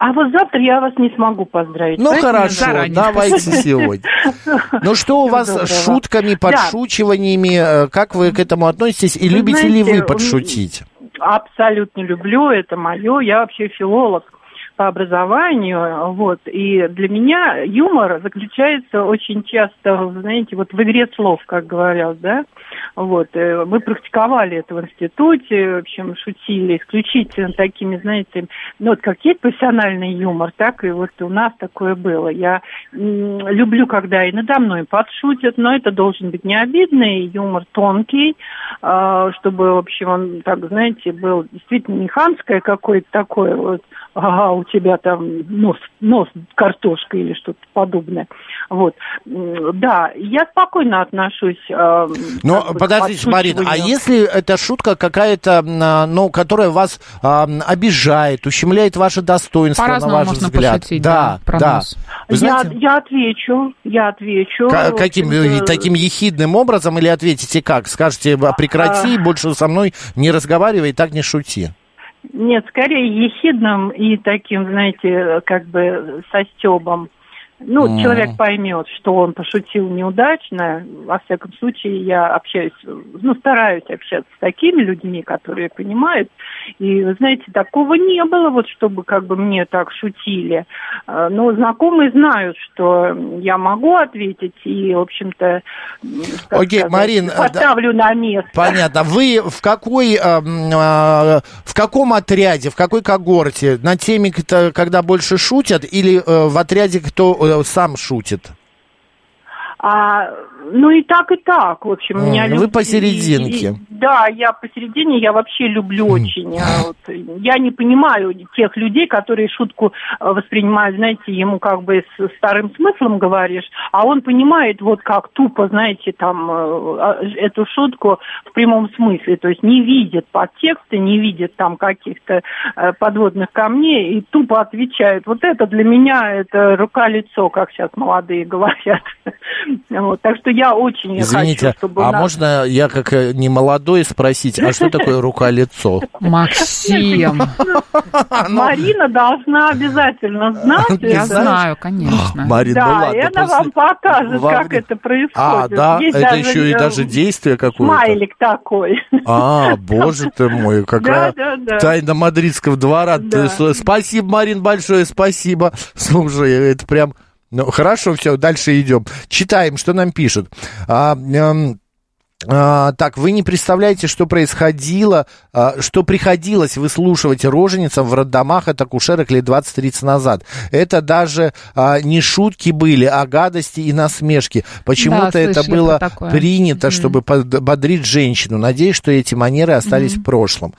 [SPEAKER 4] А вот завтра я вас не смогу поздравить.
[SPEAKER 1] Ну,
[SPEAKER 4] Поэтому
[SPEAKER 1] хорошо,
[SPEAKER 2] заранее.
[SPEAKER 1] давайте сегодня. Ну, что у
[SPEAKER 4] Всего
[SPEAKER 1] вас с
[SPEAKER 4] доброго.
[SPEAKER 1] шутками, подшучиваниями? э, Как вы к этому относитесь? И
[SPEAKER 4] Вы
[SPEAKER 1] любите ли
[SPEAKER 4] знаете,
[SPEAKER 1] вы
[SPEAKER 4] у-
[SPEAKER 1] подшутить?
[SPEAKER 4] Абсолютно люблю, это мое. Я вообще филолог по образованию, вот. И для меня юмор заключается очень часто, вы знаете, вот в игре слов, как говорят, да. Вот. э, Мы практиковали это в институте, в общем, шутили исключительно такими, знаете, ну вот как есть профессиональный юмор, так и вот у нас такое было. Я м, люблю, когда и надо мной подшутят, но это должен быть не обидный юмор, тонкий, а, чтобы, в общем, он, так, знаете, был действительно не ханское какое-то такое, вот, ага, у тебя там нос, нос картошка или что-то подобное. Вот. М, Да, я спокойно отношусь. а,
[SPEAKER 1] Ну,
[SPEAKER 4] как бы, к
[SPEAKER 1] подождите, Марин, а
[SPEAKER 4] подшучиванию.
[SPEAKER 1] если эта шутка какая-то, м, ну, которая вас а, м, обижает, ущемляет ваше достоинство, на
[SPEAKER 2] По-разному
[SPEAKER 1] ваш
[SPEAKER 2] можно
[SPEAKER 1] взгляд?
[SPEAKER 2] пошутить,
[SPEAKER 1] да,
[SPEAKER 2] да, про
[SPEAKER 1] да.
[SPEAKER 2] нас.
[SPEAKER 1] Вы
[SPEAKER 4] я,
[SPEAKER 1] знаете,
[SPEAKER 4] я отвечу, я отвечу.
[SPEAKER 1] ка-
[SPEAKER 4] В
[SPEAKER 1] каким, э,
[SPEAKER 4] общем-то,
[SPEAKER 1] таким ехидным образом или ответите как? Скажете, «А, прекрати, больше со мной не разговаривай, так не шути.
[SPEAKER 4] Нет, скорее ехидным и таким, знаете, как бы со стебом. Ну,
[SPEAKER 1] Мгм.
[SPEAKER 4] человек поймет, что он пошутил неудачно. Во всяком случае, я общаюсь, ну, стараюсь общаться с такими людьми, которые понимают. И, вы знаете, такого не было, вот чтобы как бы мне так шутили. Э, Но знакомые знают, что я могу ответить и, в общем-то, м, как
[SPEAKER 1] Окей,
[SPEAKER 4] сказать,
[SPEAKER 1] Марин, э, да.
[SPEAKER 4] поставлю на место.
[SPEAKER 1] Понятно. Вы в какой, э, м, э, в каком отряде, в какой когорте? На теме, кто- когда больше шутят, или э, в отряде, кто э, сам шутит?
[SPEAKER 4] А, ну и так, и так, в общем,
[SPEAKER 1] М,
[SPEAKER 4] меня
[SPEAKER 1] вы
[SPEAKER 4] люди-
[SPEAKER 1] посерединке.
[SPEAKER 4] и- и- да, я посередине, я вообще люблю очень. а, вот, я не понимаю тех людей, которые шутку э, воспринимают, знаете, ему как бы с старым смыслом говоришь, а он понимает вот как тупо, знаете, там э, а, ж- эту шутку в прямом смысле, то есть не видит подтекста, не видит там каких-то э, подводных камней и тупо отвечает. Вот это для меня это рука-лицо, как сейчас молодые <laughs> говорят. Вот, так что я очень
[SPEAKER 1] Извините,
[SPEAKER 4] хочу, чтобы
[SPEAKER 1] а
[SPEAKER 4] у нас-
[SPEAKER 1] <laughs> можно я как э, не молодой спросить, а что такое рука-лицо?
[SPEAKER 2] Максим,
[SPEAKER 4] Марина
[SPEAKER 1] <laughs>
[SPEAKER 4] должна обязательно знать.
[SPEAKER 2] я
[SPEAKER 4] это.
[SPEAKER 2] знаю, конечно.
[SPEAKER 1] Марин, ну
[SPEAKER 4] Да, и
[SPEAKER 1] ладно,
[SPEAKER 4] она
[SPEAKER 1] после-
[SPEAKER 4] вам покажет,
[SPEAKER 1] во
[SPEAKER 4] как
[SPEAKER 1] время-
[SPEAKER 4] это происходит.
[SPEAKER 1] А, да,
[SPEAKER 4] Есть
[SPEAKER 1] это еще и
[SPEAKER 4] э,
[SPEAKER 1] даже действие какое-то.
[SPEAKER 4] Смайлик такой.
[SPEAKER 1] А, боже ты мой, какая
[SPEAKER 4] Да, да, да.
[SPEAKER 1] тайна мадридского двора. Ты
[SPEAKER 4] Да.
[SPEAKER 1] с- Спасибо, Марин, большое спасибо. Слушай, это прям... Ну, хорошо, все, дальше идем. Читаем, что нам пишут. А, эм, а, так, вы не представляете, что происходило, а, что приходилось выслушивать роженицам в роддомах от акушерок лет 20-30 назад. Это даже а, не шутки были, а гадости и насмешки. Почему-то
[SPEAKER 2] Да,
[SPEAKER 1] это
[SPEAKER 2] слышали
[SPEAKER 1] было
[SPEAKER 2] про такое.
[SPEAKER 1] принято, чтобы под- бодрить женщину. Надеюсь, что эти манеры остались в прошлом.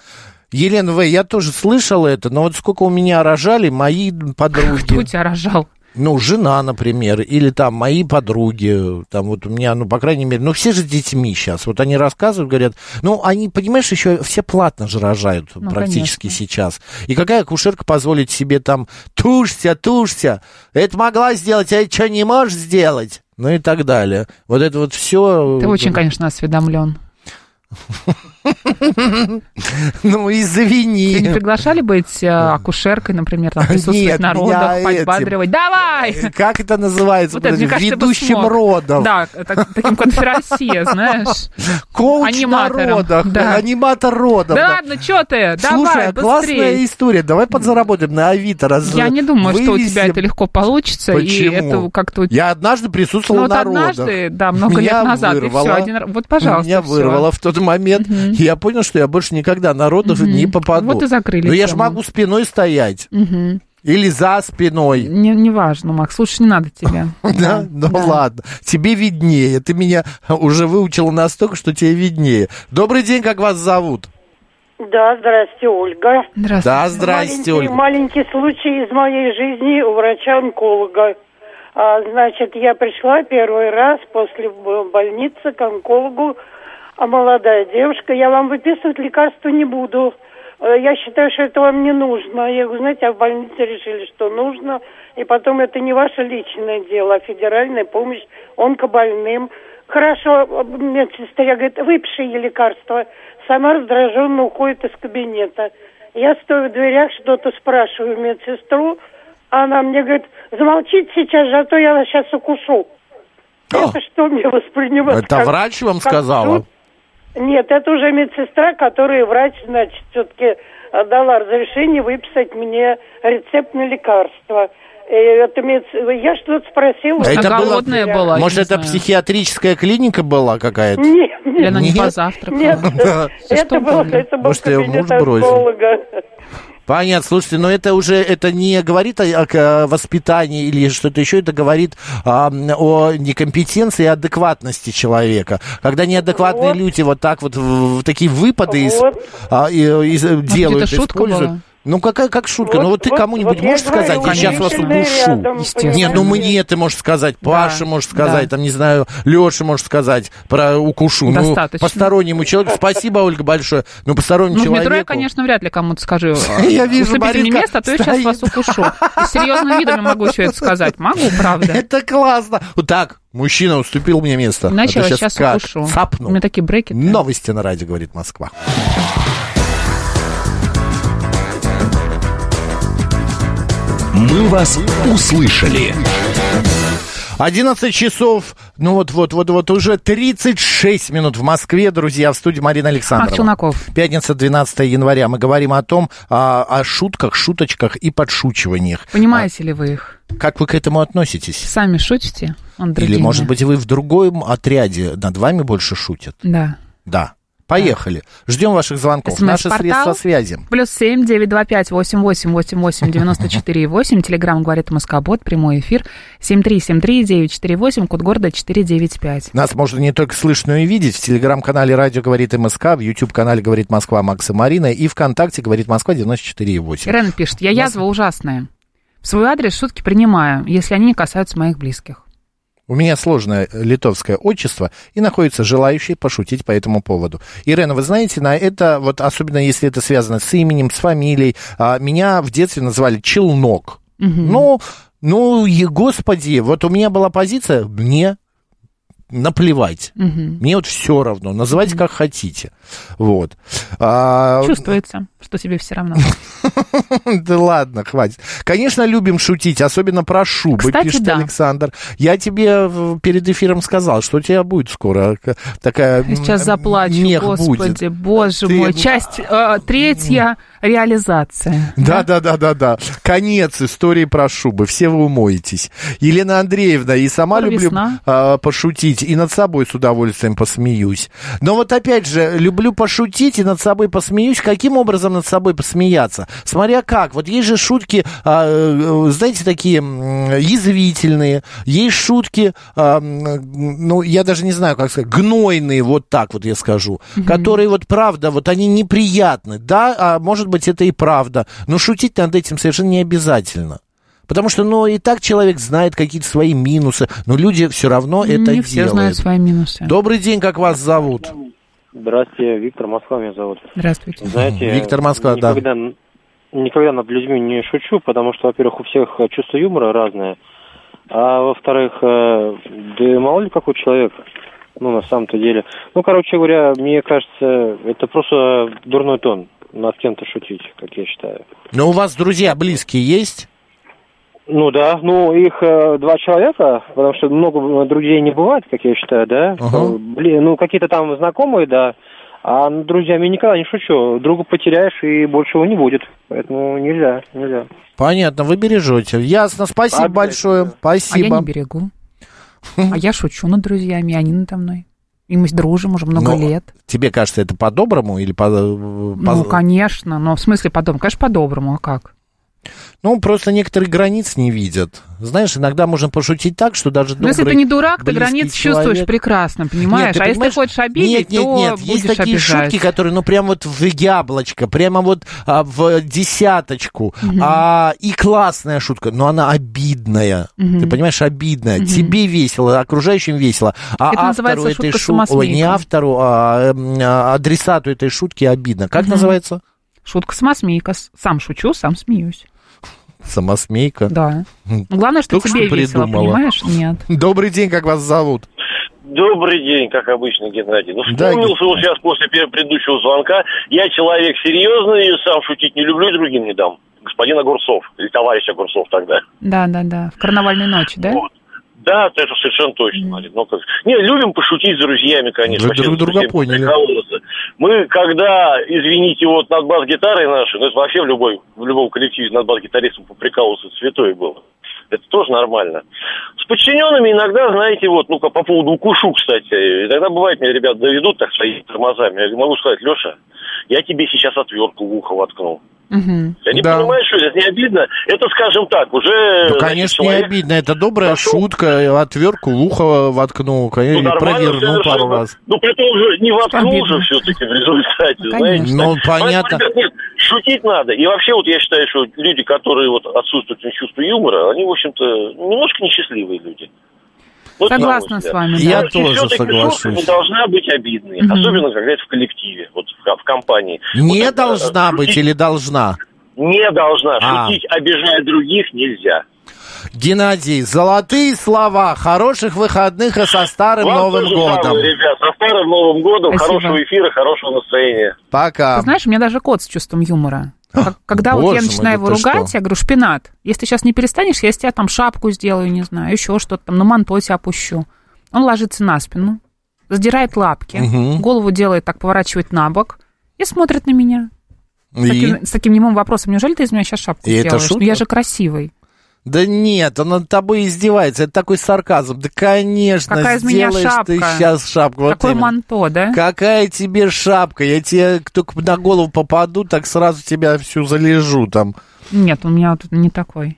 [SPEAKER 1] Елена В., я тоже слышала это, но вот сколько у меня рожали мои
[SPEAKER 2] Кто
[SPEAKER 1] подруги.
[SPEAKER 2] тебя рожал?
[SPEAKER 1] Ну, жена, например, или там мои подруги, там вот у меня, ну, по крайней мере, ну, все же с детьми сейчас. Вот они рассказывают, говорят, ну, они, понимаешь, еще все платно же рожают
[SPEAKER 2] Ну,
[SPEAKER 1] практически сейчас. И какая акушерка позволит себе там тушься, тушься, это могла сделать, а это что не можешь сделать? Ну и так далее. Вот это вот все...
[SPEAKER 2] Ты очень, конечно, осведомлен.
[SPEAKER 1] Ну, извини.
[SPEAKER 2] Тебя не приглашали быть э, акушеркой, например, там присутствовать
[SPEAKER 1] <laughs> Нет,
[SPEAKER 2] на
[SPEAKER 1] меня
[SPEAKER 2] родах,
[SPEAKER 1] этим.
[SPEAKER 2] подбадривать? Давай!
[SPEAKER 1] Как это называется?
[SPEAKER 2] <laughs> Вот это, мне
[SPEAKER 1] Подожди,
[SPEAKER 2] кажется, ты бы
[SPEAKER 1] Ведущим
[SPEAKER 2] смог.
[SPEAKER 1] родом.
[SPEAKER 2] Да, так- таким
[SPEAKER 1] <laughs>
[SPEAKER 2] конферансье, знаешь.
[SPEAKER 1] Коуч
[SPEAKER 2] Аниматором,
[SPEAKER 1] на родах. <laughs>
[SPEAKER 2] да.
[SPEAKER 1] Аниматор родов.
[SPEAKER 2] Да
[SPEAKER 1] да.
[SPEAKER 2] ладно, что ты?
[SPEAKER 1] Слушай,
[SPEAKER 2] Давай,
[SPEAKER 1] а классная
[SPEAKER 2] быстрее.
[SPEAKER 1] история. Давай подзаработаем на Авито. Раз
[SPEAKER 2] Я не думаю, что у тебя
[SPEAKER 1] вывесим.
[SPEAKER 2] это легко получится.
[SPEAKER 1] Почему?
[SPEAKER 2] И это как-то...
[SPEAKER 1] Я однажды присутствовал
[SPEAKER 2] Ну вот
[SPEAKER 1] на родах.
[SPEAKER 2] однажды, да, много
[SPEAKER 1] Меня
[SPEAKER 2] лет назад, и все,
[SPEAKER 1] вырвало.
[SPEAKER 2] один раз... Вот, пожалуйста,
[SPEAKER 1] Меня
[SPEAKER 2] всё.
[SPEAKER 1] вырвало в тот момент. И я понял, что я больше никогда на родах не попаду.
[SPEAKER 2] Вот и закрыли
[SPEAKER 1] Но я же
[SPEAKER 2] тему.
[SPEAKER 1] могу спиной стоять. Или за спиной.
[SPEAKER 2] Не, не важно, Макс, лучше не надо тебе.
[SPEAKER 1] Да? Ну ладно. Тебе виднее. Ты меня уже выучила настолько, что тебе виднее. Добрый день, как вас зовут?
[SPEAKER 5] Да, здрасте, Ольга.
[SPEAKER 2] Здравствуйте.
[SPEAKER 1] Да, здрасте,
[SPEAKER 5] маленький,
[SPEAKER 1] Ольга.
[SPEAKER 5] маленький случай из моей жизни у врача-онколога. А, значит, я пришла первый раз после б- больницы к онкологу, а молодая девушка, я вам выписывать лекарства не буду. Э, Я считаю, что это вам не нужно. Я говорю, знаете, а в больнице решили, что нужно. И потом это не ваше личное дело, а федеральная помощь онкобольным. Хорошо, а, медсестра говорит, выпиши ей лекарства. Сама раздраженно уходит из кабинета. Я стою в дверях, что-то спрашиваю медсестру. Она мне говорит, замолчите сейчас же, а то я вас сейчас укушу. Это что мне воспринимать?
[SPEAKER 1] Это
[SPEAKER 5] как-
[SPEAKER 1] врач вам
[SPEAKER 5] как
[SPEAKER 1] сказала?
[SPEAKER 5] суд? Нет, это уже медсестра, которой врач, значит, все-таки дала разрешение выписать мне рецепт на лекарство. Э, Это медс- Я что-то спросила.
[SPEAKER 1] Это
[SPEAKER 2] Она
[SPEAKER 1] было-
[SPEAKER 2] голодная была. я
[SPEAKER 1] Может,
[SPEAKER 2] не
[SPEAKER 1] это
[SPEAKER 2] знаю.
[SPEAKER 1] психиатрическая клиника была какая-то?
[SPEAKER 5] Нет,
[SPEAKER 2] Или
[SPEAKER 5] нет,
[SPEAKER 2] она не
[SPEAKER 1] Нет.
[SPEAKER 2] позавтракала. Ну,
[SPEAKER 5] нет.
[SPEAKER 1] <laughs> Да.
[SPEAKER 2] что
[SPEAKER 5] Это был,
[SPEAKER 2] было?
[SPEAKER 5] это был
[SPEAKER 1] Может, её муж
[SPEAKER 5] кабинет
[SPEAKER 1] бросил?
[SPEAKER 5] онколога.
[SPEAKER 1] Понятно, слушайте, но это уже это не говорит о, о- о воспитании или что-то еще, это говорит а, м, о некомпетенции и адекватности человека. Когда неадекватные
[SPEAKER 5] Вот.
[SPEAKER 1] люди вот так вот в- в такие выпады из-
[SPEAKER 5] Вот.
[SPEAKER 1] а, и- из- делают,
[SPEAKER 2] это шутка
[SPEAKER 1] используют.
[SPEAKER 2] была?
[SPEAKER 1] Ну какая как шутка? ну
[SPEAKER 5] Вот-
[SPEAKER 1] вот ты
[SPEAKER 5] вот-
[SPEAKER 1] кому-нибудь
[SPEAKER 5] вот я
[SPEAKER 1] можешь
[SPEAKER 5] говорю,
[SPEAKER 1] сказать, я сейчас вас
[SPEAKER 5] удивительно
[SPEAKER 1] укушу?
[SPEAKER 5] рядом,
[SPEAKER 2] Естественно.
[SPEAKER 1] Нет, ну
[SPEAKER 5] понимаете?
[SPEAKER 1] мне ты можешь сказать, Паша можешь сказать,
[SPEAKER 2] да.
[SPEAKER 1] там, не знаю, Леша может сказать про укушу. Ну,
[SPEAKER 2] Достаточно.
[SPEAKER 1] постороннему человеку, спасибо, Ольга, большое, но постороннему
[SPEAKER 2] Ну, в
[SPEAKER 1] человеку...
[SPEAKER 2] метро я, конечно, вряд ли кому-то скажу.
[SPEAKER 1] <laughs> Я вижу,
[SPEAKER 2] Уступите мне
[SPEAKER 1] Маринка
[SPEAKER 2] место, а то я сейчас
[SPEAKER 1] стоит.
[SPEAKER 2] вас укушу. И с серьезным видом я могу еще это сказать. Могу,
[SPEAKER 1] <laughs>
[SPEAKER 2] правда.
[SPEAKER 1] Это классно. Вот так, мужчина уступил мне место. А
[SPEAKER 2] Начала,
[SPEAKER 1] ты
[SPEAKER 2] сейчас
[SPEAKER 1] как?
[SPEAKER 2] укушу.
[SPEAKER 1] Цапнул.
[SPEAKER 2] У меня такие брекеты.
[SPEAKER 1] Новости на радио, говорит Москва.
[SPEAKER 3] «Мы вас услышали».
[SPEAKER 1] 11 часов, ну вот, вот, вот, вот уже 36 минут в Москве, друзья, в студии Марина
[SPEAKER 2] Марк
[SPEAKER 1] Александрова.
[SPEAKER 2] Челноков.
[SPEAKER 1] Пятница, 12 января. Мы говорим о том, а, о шутках, шуточках и подшучиваниях.
[SPEAKER 2] Понимаете ли вы их?
[SPEAKER 1] А Как вы к этому относитесь?
[SPEAKER 2] Сами шутите, Андрей?
[SPEAKER 1] Или, может быть, вы в другом отряде над вами больше шутят?
[SPEAKER 2] Да.
[SPEAKER 1] Да. Поехали. Ждем ваших звонков. Наши
[SPEAKER 2] СМС-портал.
[SPEAKER 1] средства связи.
[SPEAKER 2] Плюс семь девять два пять восемь восемь восемь восемь девяносто четыре восемь. Телеграмм говорит Москобот. Прямой эфир. Семь три семь три девять четыре восемь. Код города четыре девять пять.
[SPEAKER 1] Нас можно не только слышно, но и видеть. В телеграм-канале «Радио говорит МСК», в YouTube-канале «Говорит Москва» Макс и Марина и ВКонтакте «Говорит Москва» 94,8.
[SPEAKER 2] Ирена пишет. Я язва ужасная. В свой адрес шутки принимаю, если они не касаются моих близких.
[SPEAKER 1] У меня сложное литовское отчество, и находятся желающие пошутить по этому поводу. Ирена, вы знаете, на это, вот особенно если это связано с именем, с фамилией, а, меня в детстве называли «Челнок». Ну, ну, и, господи, вот у меня была позиция «мне наплевать». Мне вот все равно, называйте как хотите. Вот. А,
[SPEAKER 2] Чувствуется, что тебе все равно.
[SPEAKER 1] <laughs> Да ладно, хватит. Конечно, любим шутить, особенно про шубы,
[SPEAKER 2] Кстати,
[SPEAKER 1] пишет
[SPEAKER 2] да.
[SPEAKER 1] Александр. Я тебе в- перед эфиром сказал, что у тебя будет скоро к- такая... м,
[SPEAKER 2] Сейчас
[SPEAKER 1] м,
[SPEAKER 2] заплачу,
[SPEAKER 1] мех
[SPEAKER 2] господи,
[SPEAKER 1] будет.
[SPEAKER 2] боже
[SPEAKER 1] Ты-
[SPEAKER 2] мой. Часть э, третья реализация.
[SPEAKER 1] Да, да, да, да, да. Конец истории про шубы. Все вы умоетесь. Елена Андреевна, и сама
[SPEAKER 2] Скоро
[SPEAKER 1] люблю
[SPEAKER 2] весна.
[SPEAKER 1] а, пошутить, и над собой с удовольствием посмеюсь. Но вот опять же, люблю пошутить и над собой посмеюсь. Каким образом над собой посмеяться? Смотря как. Вот есть же шутки, а, э, знаете, такие м, язвительные. Есть шутки, а, м, ну, я даже не знаю, как сказать, гнойные, вот так вот я скажу. Которые вот правда, вот они неприятны. Да, а может быть, это и правда. Но шутить над этим совершенно не обязательно. Потому что, ну, и так человек знает какие-то свои минусы, но люди все равно это
[SPEAKER 2] не
[SPEAKER 1] делают.
[SPEAKER 2] все знают свои минусы.
[SPEAKER 1] Добрый день, как вас зовут?
[SPEAKER 6] Здравствуйте, Виктор Москва меня зовут.
[SPEAKER 2] Здравствуйте.
[SPEAKER 6] Знаете,
[SPEAKER 1] Виктор Москва, да.
[SPEAKER 6] никогда, Никогда над людьми не шучу, потому что, во-первых, у всех э, чувство юмора разное, а во-вторых, э, да и мало ли какой человек, ну, на самом-то деле. Ну, короче говоря, мне кажется, это просто дурной тон над кем-то шутить, как я считаю.
[SPEAKER 1] Но Ну, у вас друзья близкие есть?
[SPEAKER 6] Ну да, ну их э, два человека, потому что много э, друзей не бывает, как я считаю, да.
[SPEAKER 1] Ага.
[SPEAKER 6] Э, Блин, ну какие-то там знакомые, да. А над друзьями никогда не шучу. Друга потеряешь и больше его не будет. Поэтому нельзя, нельзя.
[SPEAKER 1] Понятно, вы бережете. Ясно, спасибо
[SPEAKER 6] Обязательно.
[SPEAKER 1] большое.
[SPEAKER 2] А я
[SPEAKER 1] Спасибо. <laughs>
[SPEAKER 2] не берегу. А я шучу над друзьями, они надо мной. И мы с
[SPEAKER 1] Ну,
[SPEAKER 2] дружим уже много
[SPEAKER 1] Но
[SPEAKER 2] лет.
[SPEAKER 1] Тебе кажется, это по-доброму или по... э, по-
[SPEAKER 2] Ну, конечно, но в смысле по-доброму. Конечно, по-доброму, а как?
[SPEAKER 1] Ну, просто некоторые границ не видят. Знаешь, иногда можно пошутить так, что даже
[SPEAKER 2] Ну, если ты
[SPEAKER 1] добрый,
[SPEAKER 2] не дурак, ты
[SPEAKER 1] близкий
[SPEAKER 2] границ
[SPEAKER 1] человек-
[SPEAKER 2] чувствуешь прекрасно, понимаешь?
[SPEAKER 1] Нет,
[SPEAKER 2] а если ты
[SPEAKER 1] понимаешь,
[SPEAKER 2] хочешь
[SPEAKER 1] нет,
[SPEAKER 2] обидеть,
[SPEAKER 1] нет,
[SPEAKER 2] то
[SPEAKER 1] нет.
[SPEAKER 2] будешь
[SPEAKER 1] Есть такие
[SPEAKER 2] обижать.
[SPEAKER 1] шутки, которые, ну, прям вот в яблочко, прямо вот а, в десяточку. А, и классная шутка, но она обидная. Ты понимаешь, обидная. Тебе весело, окружающим весело. А
[SPEAKER 2] Это
[SPEAKER 1] автору
[SPEAKER 2] называется
[SPEAKER 1] этой
[SPEAKER 2] шутка
[SPEAKER 1] шутки... Ой, не
[SPEAKER 2] самосмейка.
[SPEAKER 1] автору, а эм, а, адресату этой шутки обидно. Как называется?
[SPEAKER 2] Шутка самосмейка. Сам шучу, сам смеюсь.
[SPEAKER 1] Самосмейка.
[SPEAKER 2] Да. Ну, Главное, что
[SPEAKER 1] Только
[SPEAKER 2] тебе
[SPEAKER 1] что
[SPEAKER 2] весело,
[SPEAKER 1] придумала.
[SPEAKER 2] понимаешь? Нет.
[SPEAKER 1] Добрый день, как вас зовут?
[SPEAKER 6] Добрый день, как обычно, Геннадий. Ну,
[SPEAKER 1] Да,
[SPEAKER 6] вспомнился вот сейчас после пер- предыдущего звонка. Я человек серьезный, и сам шутить не люблю, и другим не дам. Господин Огурцов, или товарищ Огурцов тогда.
[SPEAKER 2] Да, да, да. В карнавальной ночи, да?
[SPEAKER 6] Вот. Да, это совершенно точно. Надя. Ну, как... Не, любим пошутить с друзьями, конечно.
[SPEAKER 1] Вы
[SPEAKER 6] Вообще
[SPEAKER 1] друг
[SPEAKER 6] с
[SPEAKER 1] друга
[SPEAKER 6] друзьями
[SPEAKER 1] поняли.
[SPEAKER 6] прикалываться. Мы, когда, извините, вот над бас-гитарой нашей, ну, это вообще в, любой, в любом коллективе над бас-гитаристом поприкалываться святое было. Это тоже нормально. С подчиненными иногда, знаете, вот, ну-ка, по поводу укушу, кстати. Иногда бывает, мне ребят доведут так своими тормозами. Я могу сказать, Леша, я тебе сейчас отвертку в ухо воткнул.
[SPEAKER 2] Мгм.
[SPEAKER 6] Я не
[SPEAKER 1] Да.
[SPEAKER 6] понимаю, что это, это не обидно. Это, скажем так, уже...
[SPEAKER 1] Ну,
[SPEAKER 6] Э, значит,
[SPEAKER 1] конечно, не
[SPEAKER 6] человек-
[SPEAKER 1] обидно. Это добрая
[SPEAKER 6] Пошел.
[SPEAKER 1] шутка. Отверку в ухо воткнул,
[SPEAKER 6] Ну,
[SPEAKER 1] конечно,
[SPEAKER 6] нормально
[SPEAKER 1] провернул
[SPEAKER 6] совершенно.
[SPEAKER 1] пару раз.
[SPEAKER 6] Ну, при том же, не воткнул
[SPEAKER 2] Обидно.
[SPEAKER 6] же все-таки в результате,
[SPEAKER 2] Ну,
[SPEAKER 6] знаете.
[SPEAKER 1] Ну,
[SPEAKER 6] так.
[SPEAKER 1] понятно.
[SPEAKER 6] Поэтому, ребят, нет, шутить надо. И вообще, вот я считаю, что люди, которые вот отсутствуют чувство юмора, они, в общем-то, немножко несчастливые люди. Вот на мой
[SPEAKER 2] Согласна с
[SPEAKER 6] взгляд.
[SPEAKER 2] вами.
[SPEAKER 1] Я
[SPEAKER 2] да.
[SPEAKER 6] Короче,
[SPEAKER 1] тоже
[SPEAKER 6] всё-таки
[SPEAKER 1] соглашусь.
[SPEAKER 6] шутка не должна быть обидной,
[SPEAKER 2] Мгм.
[SPEAKER 6] особенно когда это в коллективе, вот в, ко- в компании.
[SPEAKER 1] Не
[SPEAKER 6] Вот это,
[SPEAKER 1] должна быть
[SPEAKER 6] шутить
[SPEAKER 1] или должна?
[SPEAKER 6] Не должна.
[SPEAKER 1] А.
[SPEAKER 6] Шутить, обижая других нельзя.
[SPEAKER 1] Геннадий, золотые слова, хороших выходных и со старым
[SPEAKER 6] Вам
[SPEAKER 1] Новым
[SPEAKER 6] тоже
[SPEAKER 1] годом.
[SPEAKER 6] самое, ребят, со старым Новым годом,
[SPEAKER 2] Спасибо.
[SPEAKER 6] хорошего эфира, хорошего настроения.
[SPEAKER 1] Пока.
[SPEAKER 2] Ты знаешь, у меня даже кот с чувством юмора. Как- Когда вот
[SPEAKER 1] А. боже
[SPEAKER 2] я
[SPEAKER 1] мой,
[SPEAKER 2] начинаю
[SPEAKER 1] да
[SPEAKER 2] его
[SPEAKER 1] ты что?
[SPEAKER 2] ругать, я говорю, шпинат, если ты сейчас не перестанешь, я с тебя там шапку сделаю, не знаю, еще что-то там, на манто тебя опущу. Он ложится на спину, задирает лапки,
[SPEAKER 1] Мгм.
[SPEAKER 2] голову делает так, поворачивает на бок и смотрит на меня. С
[SPEAKER 1] И?
[SPEAKER 2] таким, с таким немым вопросом, неужели ты из меня сейчас шапку
[SPEAKER 1] И это
[SPEAKER 2] сделаешь? Ну,
[SPEAKER 1] шутка?
[SPEAKER 2] я же красивый.
[SPEAKER 1] Да нет, он над тобой издевается. Это такой сарказм. Да, конечно,
[SPEAKER 2] Какая из меня
[SPEAKER 1] сделаешь ты
[SPEAKER 2] шапка?
[SPEAKER 1] сейчас шапку. Вот
[SPEAKER 2] Какое
[SPEAKER 1] именно.
[SPEAKER 2] манто, да?
[SPEAKER 1] Какая тебе шапка? Я тебе только на голову попаду, так сразу тебя всю залежу там.
[SPEAKER 2] Нет, у меня тут не такой.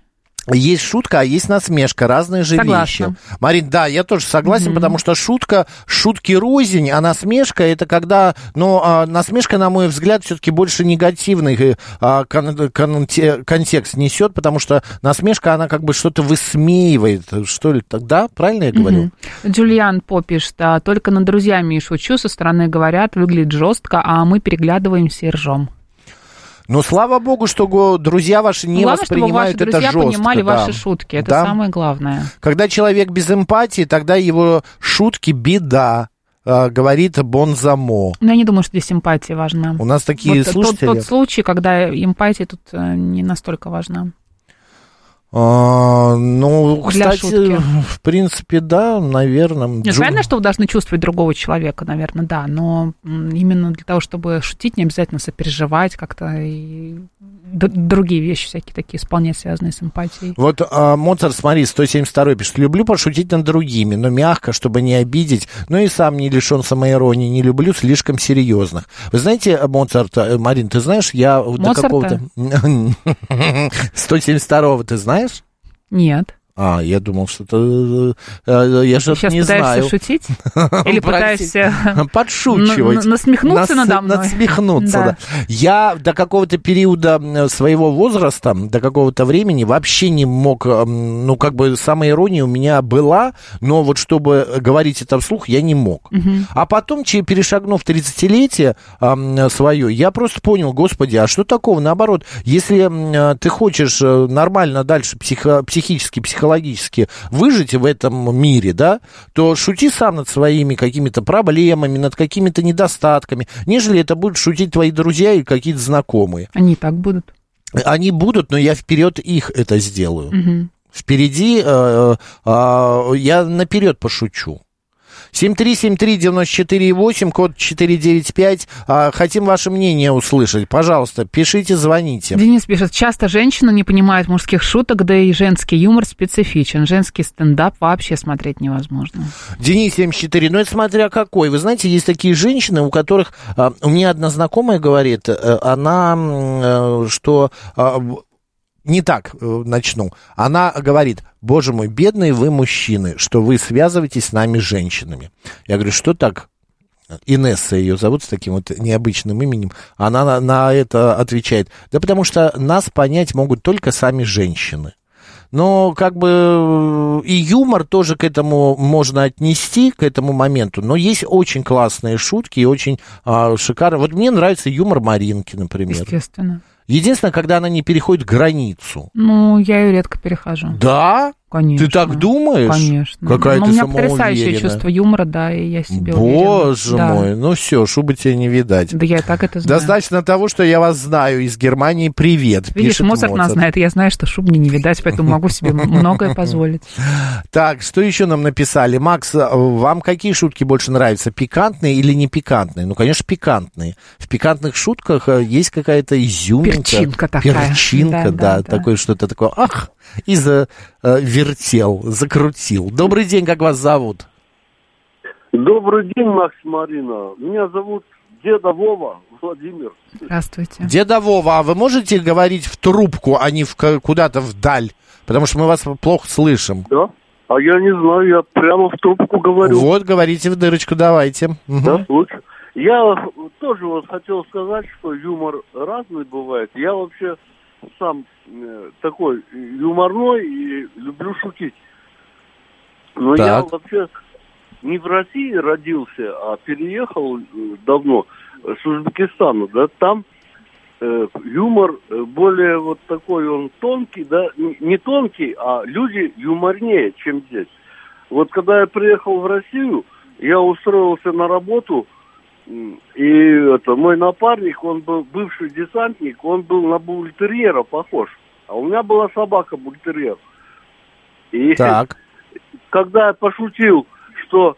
[SPEAKER 1] Есть шутка, а есть насмешка, разные же
[SPEAKER 2] Согласна.
[SPEAKER 1] вещи. Марин, да, я тоже согласен, потому что шутка, шутки рознь, а насмешка это когда, ну, а, насмешка, на мой взгляд, все-таки больше негативный э, а, кон- конте- контекст несет, потому что насмешка, она как бы что-то высмеивает, что ли, тогда, правильно я говорю?
[SPEAKER 2] Джулиан По пишет, «А, только над друзьями и шучу, со стороны говорят, выглядит жестко, а мы переглядываемся и ржем.
[SPEAKER 1] Но слава богу, что го- друзья ваши не
[SPEAKER 2] Главное, чтобы ваши
[SPEAKER 1] воспринимают это
[SPEAKER 2] друзья
[SPEAKER 1] жестко.
[SPEAKER 2] понимали
[SPEAKER 1] да.
[SPEAKER 2] ваши шутки. Это
[SPEAKER 1] Да.
[SPEAKER 2] самое главное.
[SPEAKER 1] Когда человек без эмпатии, тогда его шутки беда, э, говорит Бонзамо.
[SPEAKER 2] Но Ну, я не думаю, что здесь эмпатия важна.
[SPEAKER 1] У нас такие
[SPEAKER 2] Вот тот,
[SPEAKER 1] слушатели.
[SPEAKER 2] тот случай, когда эмпатия тут э, не настолько важна.
[SPEAKER 1] А, ну,
[SPEAKER 2] Для
[SPEAKER 1] кстати,
[SPEAKER 2] шутки.
[SPEAKER 1] в принципе, да, наверное.
[SPEAKER 2] Нет, понятно, что вы должны чувствовать другого человека, наверное, да, но м, именно для того, чтобы шутить, не обязательно сопереживать как-то и д- другие вещи всякие такие исполнять, связанные с эмпатией.
[SPEAKER 1] Вот а, Моцарт, смотри, 172 пишет. Люблю пошутить над другими, но мягко, чтобы не обидеть. Но и сам не лишен самоиронии. Не люблю слишком серьезных. Вы знаете Моцарта, э, Марин, ты знаешь, я вот до
[SPEAKER 2] Моцарта?
[SPEAKER 1] какого-то... <laughs> 172 ты знаешь?
[SPEAKER 2] Нет.
[SPEAKER 1] А, я думал, что ты... э, э, Я
[SPEAKER 2] Ты
[SPEAKER 1] что-то
[SPEAKER 2] сейчас
[SPEAKER 1] не
[SPEAKER 2] пытаешься
[SPEAKER 1] знаю. <laughs>
[SPEAKER 2] шутить? Или пытаешься
[SPEAKER 1] подшучивать.
[SPEAKER 2] н- н- насмехнуться
[SPEAKER 1] Нас-
[SPEAKER 2] надо мной?
[SPEAKER 1] Насмехнуться, да.
[SPEAKER 2] Да.
[SPEAKER 1] Я до какого-то периода м, своего возраста, до какого-то времени вообще не мог, эм, ну, как бы самоирония у меня была, но вот чтобы говорить это вслух, я не мог. А потом, че- перешагнув 30-летие эм, свое, я просто понял, господи, а что такого? Наоборот, если м, э, ты хочешь э, нормально дальше психо- психически, психологически выжить в этом мире, да, то шути сам над своими какими-то проблемами, над какими-то недостатками, нежели это будут шутить твои друзья и какие-то знакомые.
[SPEAKER 2] Они и так будут.
[SPEAKER 1] Они будут, но я вперед их это сделаю.
[SPEAKER 2] Мгм.
[SPEAKER 1] Впереди э, э, я наперед пошучу. 7373948, код 495. А, Хотим ваше мнение услышать. Пожалуйста, пишите, звоните.
[SPEAKER 2] Денис пишет, часто женщина не понимает мужских шуток, да и женский юмор специфичен. Женский стендап вообще смотреть невозможно.
[SPEAKER 1] Денис 74, ну это смотря какой. Вы знаете, есть такие женщины, у которых... а, у меня одна знакомая говорит, э, она, м, э, что... а, в- не так э, начну. Она говорит, боже мой, бедные вы мужчины, что вы связываетесь с нами, женщинами. Я говорю, что так? Инесса ее зовут с таким вот необычным именем. Она на, на это отвечает. Да потому что нас понять могут только сами женщины. Но как бы э, и юмор тоже к этому можно отнести, к этому моменту. Но есть очень классные шутки и очень а, шикарные. Вот мне нравится юмор Маринки, например.
[SPEAKER 2] Естественно.
[SPEAKER 1] Единственное, когда она не переходит границу.
[SPEAKER 2] Ну, я ее редко перехожу.
[SPEAKER 1] Да?
[SPEAKER 2] Конечно.
[SPEAKER 1] Ты так думаешь?
[SPEAKER 2] Конечно.
[SPEAKER 1] Какая
[SPEAKER 2] Но
[SPEAKER 1] ты
[SPEAKER 2] у меня
[SPEAKER 1] самоуверенная.
[SPEAKER 2] потрясающее чувство юмора, да, и я себе уверена.
[SPEAKER 1] Боже
[SPEAKER 2] Да.
[SPEAKER 1] мой, ну все, шубы тебе не видать.
[SPEAKER 2] Да я и так это знаю.
[SPEAKER 1] Достаточно того, что я вас знаю из Германии. Привет,
[SPEAKER 2] Видишь,
[SPEAKER 1] пишет
[SPEAKER 2] Моцарт нас знает, и я знаю, что шуб мне не видать, поэтому могу
[SPEAKER 1] <laughs>
[SPEAKER 2] себе многое позволить.
[SPEAKER 1] Так, что еще нам написали? Макс, а вам какие шутки больше нравятся? Пикантные или не пикантные? Ну, конечно, пикантные. В пикантных шутках э, есть какая-то изюминка.
[SPEAKER 2] Перчинка такая.
[SPEAKER 1] Перчинка, да,
[SPEAKER 2] Да, да, да.
[SPEAKER 1] такое что-то такое. Ах, и завертел, закрутил. Добрый день, как вас зовут?
[SPEAKER 7] Добрый день, Макс Марина. Меня зовут Деда Вова Владимир.
[SPEAKER 2] Здравствуйте.
[SPEAKER 1] Деда Вова, а вы можете говорить в трубку, а не в, ка- куда-то вдаль? Потому что мы вас плохо слышим.
[SPEAKER 7] Да? А я не знаю, я прямо в трубку говорю.
[SPEAKER 1] Вот, говорите в дырочку, давайте. Мгм.
[SPEAKER 7] Да, лучше. Я тоже вот хотел сказать, что юмор разный бывает. Я вообще сам э, такой юморной и люблю шутить. Но я
[SPEAKER 1] Так.
[SPEAKER 7] вообще не в России родился, а переехал э, давно э, с Узбекистана, да, там э, юмор э, более вот такой он тонкий, да, н- не тонкий, а люди юморнее, чем здесь. Вот когда я приехал в Россию, я устроился на работу, м, и это мой напарник, он был бывший десантник, он был на бультерьера похож. А у меня была собака бультерьер. И
[SPEAKER 1] Так. <laughs>
[SPEAKER 7] когда я пошутил, что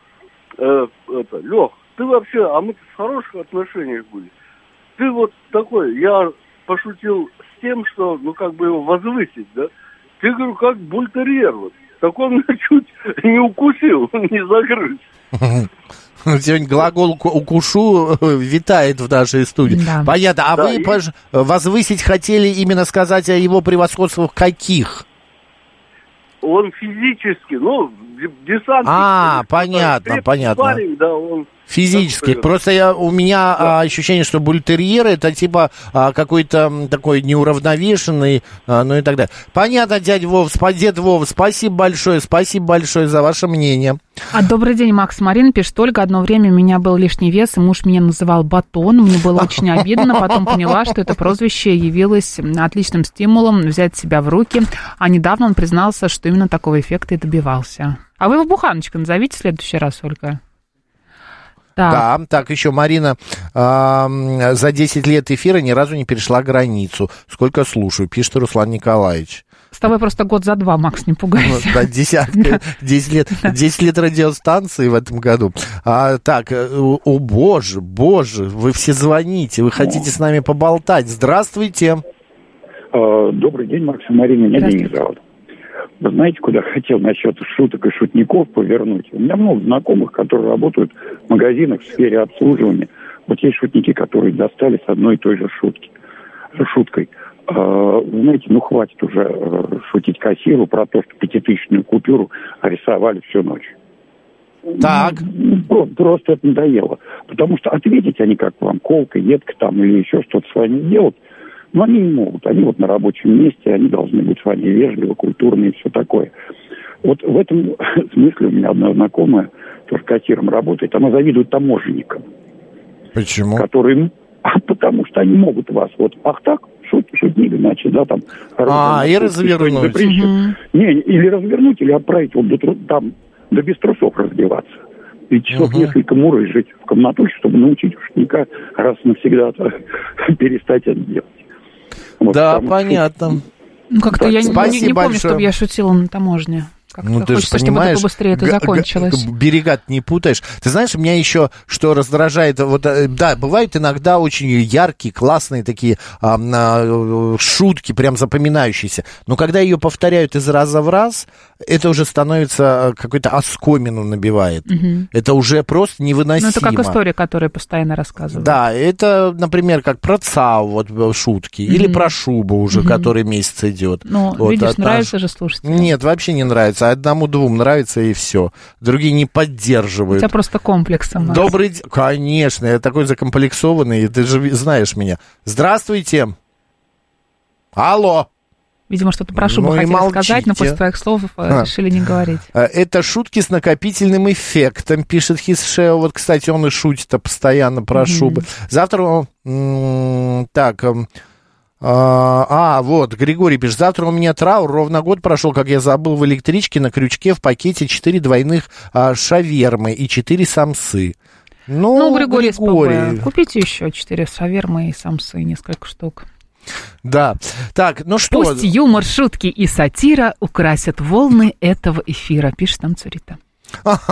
[SPEAKER 7] э, это, Лех, ты вообще, а мы в хороших отношениях были. Ты вот такой, я пошутил с тем, что, ну, как бы его возвысить, да? Ты, говорю, как бультерьер, вот. Так он меня <laughs> чуть не укусил, не загрыз.
[SPEAKER 1] Сегодня глагол уку- «укушу» э, витает в нашей студии.
[SPEAKER 2] Да.
[SPEAKER 1] Понятно. А
[SPEAKER 7] Да,
[SPEAKER 1] вы
[SPEAKER 7] и-
[SPEAKER 1] пож- возвысить хотели именно сказать о его превосходствах каких?
[SPEAKER 7] Он физически, ну, де- десантник.
[SPEAKER 1] А,
[SPEAKER 7] конечно,
[SPEAKER 1] понятно,
[SPEAKER 7] крепкий
[SPEAKER 1] понятно.
[SPEAKER 7] Парень, да, он...
[SPEAKER 1] Физических.
[SPEAKER 7] Так, э,
[SPEAKER 1] Просто я, у меня а, ощущение, что бультерьеры это типа а, какой-то м, такой неуравновешенный, а, ну и так далее. Понятно, дядя Вов, спа- дед Вов, спасибо большое, спасибо большое за ваше мнение.
[SPEAKER 2] А добрый день, Макс Марин пишет, только одно время у меня был лишний вес, и муж меня называл батон. Мне было очень обидно, потом поняла, что это прозвище явилось отличным стимулом взять себя в руки. А недавно он признался, что именно такого эффекта и добивался. А вы его буханочка назовите в следующий раз, Ольга. Так,
[SPEAKER 1] Да, так еще Марина а, м, за 10 лет эфира ни разу не перешла границу. Сколько слушаю, пишет Руслан Николаевич.
[SPEAKER 2] с тобой просто год за два, Макс, не
[SPEAKER 1] Ну,
[SPEAKER 2] пугайся.
[SPEAKER 1] Да, десятка, 10 лет, 10 лет радиостанции в этом году. А, так, э, о, о, боже, боже, вы все звоните, вы хотите с нами поболтать. Здравствуйте.
[SPEAKER 8] Э, Добрый день, Макс и Марина. Меня Денис зовут. Вы знаете, куда <laughs> хотел насчет шуток и шутников повернуть? У меня много знакомых, которые работают в магазинах в сфере обслуживания. Вот есть шутники, которые достали с одной и той же шутки, шуткой. Э, вы знаете, ну хватит уже э, шутить кассиру про то, что пятитысячную купюру рисовали всю ночь.
[SPEAKER 1] Так.
[SPEAKER 8] Ну, про- Просто это надоело. Потому что ответить они как вам, колка, едко там или еще что-то с вами сделают, но они не могут. Они вот на рабочем месте, они должны быть с вами вежливо, культурно и все такое. Вот в этом <laughs> смысле у меня одна знакомая, тоже кассиром работает, она завидует таможенникам,
[SPEAKER 1] Почему?
[SPEAKER 8] которые, ну, а потому что они могут вас вот, ах так, шут, шутник, значит, да, там.
[SPEAKER 1] А, и
[SPEAKER 8] оружие, что-нибудь
[SPEAKER 1] развернуть.
[SPEAKER 8] запрещено. Не, или развернуть, или отправить вот до тру- там, до без трусов разбиваться. И часов несколько мурой жить в комнатушке, чтобы научить шутника раз навсегда <laughs> э, перестать это делать. Вот
[SPEAKER 1] Да,
[SPEAKER 8] потому что-
[SPEAKER 1] понятно.
[SPEAKER 2] Ну, как-то я не- не,
[SPEAKER 1] Спасибо
[SPEAKER 2] не помню,
[SPEAKER 1] большое.
[SPEAKER 2] чтобы я шутила на таможне. Как-то
[SPEAKER 1] Ну, ты же
[SPEAKER 2] хочется, чтобы это
[SPEAKER 1] понимаешь,
[SPEAKER 2] побыстрее
[SPEAKER 1] г-
[SPEAKER 2] это
[SPEAKER 1] г-
[SPEAKER 2] закончилось.
[SPEAKER 1] берега не путаешь. Ты знаешь, меня еще что раздражает, вот, э, да, бывают иногда очень яркие, классные такие а, м, а, э, шутки, прям запоминающиеся. Но когда ее повторяют из раза в раз, это уже становится э, какой-то оскомину набивает.
[SPEAKER 2] Мгм.
[SPEAKER 1] Это уже просто
[SPEAKER 2] Ну,
[SPEAKER 1] невыносимо.
[SPEAKER 2] это как история, которую я постоянно рассказываю.
[SPEAKER 1] Да, это, например, как про ЦАУ, вот э, шутки, или
[SPEAKER 2] Мгм.
[SPEAKER 1] про шубу уже,
[SPEAKER 2] Мгм.
[SPEAKER 1] который месяц идет.
[SPEAKER 2] Ну,
[SPEAKER 1] Вот,
[SPEAKER 2] видишь,
[SPEAKER 1] а та
[SPEAKER 2] нравится же слушать.
[SPEAKER 1] Нет, вообще не нравится. Одному-двум нравится и все. Другие не
[SPEAKER 2] У
[SPEAKER 1] поддерживают.
[SPEAKER 2] тебя просто комплекс. Макс.
[SPEAKER 1] Добрый день. Конечно, я такой закомплексованный, и ты же ви- знаешь меня. Здравствуйте. Алло.
[SPEAKER 2] Видимо, что-то про шубу
[SPEAKER 1] Ну и
[SPEAKER 2] хотели сказать,
[SPEAKER 1] молчите.
[SPEAKER 2] но после твоих слов э,
[SPEAKER 1] А.
[SPEAKER 2] решили не говорить.
[SPEAKER 1] Э, Это шутки с накопительным эффектом, пишет Хисшео. Вот, кстати, он и шутит постоянно про шубы. Завтра он... м, Так... эм, А, а, вот, Григорий пишет, завтра у меня траур, ровно год прошел, как я забыл в электричке на крючке в пакете 4 двойных а, шавермы и 4 самсы. Ну,
[SPEAKER 2] Ну, Григорий, из
[SPEAKER 1] Григорий,
[SPEAKER 2] ПБ, купите еще четыре шавермы и самсы, несколько штук.
[SPEAKER 1] да. Так, ну что,
[SPEAKER 2] Пусть юмор, шутки и сатира украсят волны этого эфира, пишет нам Цурита.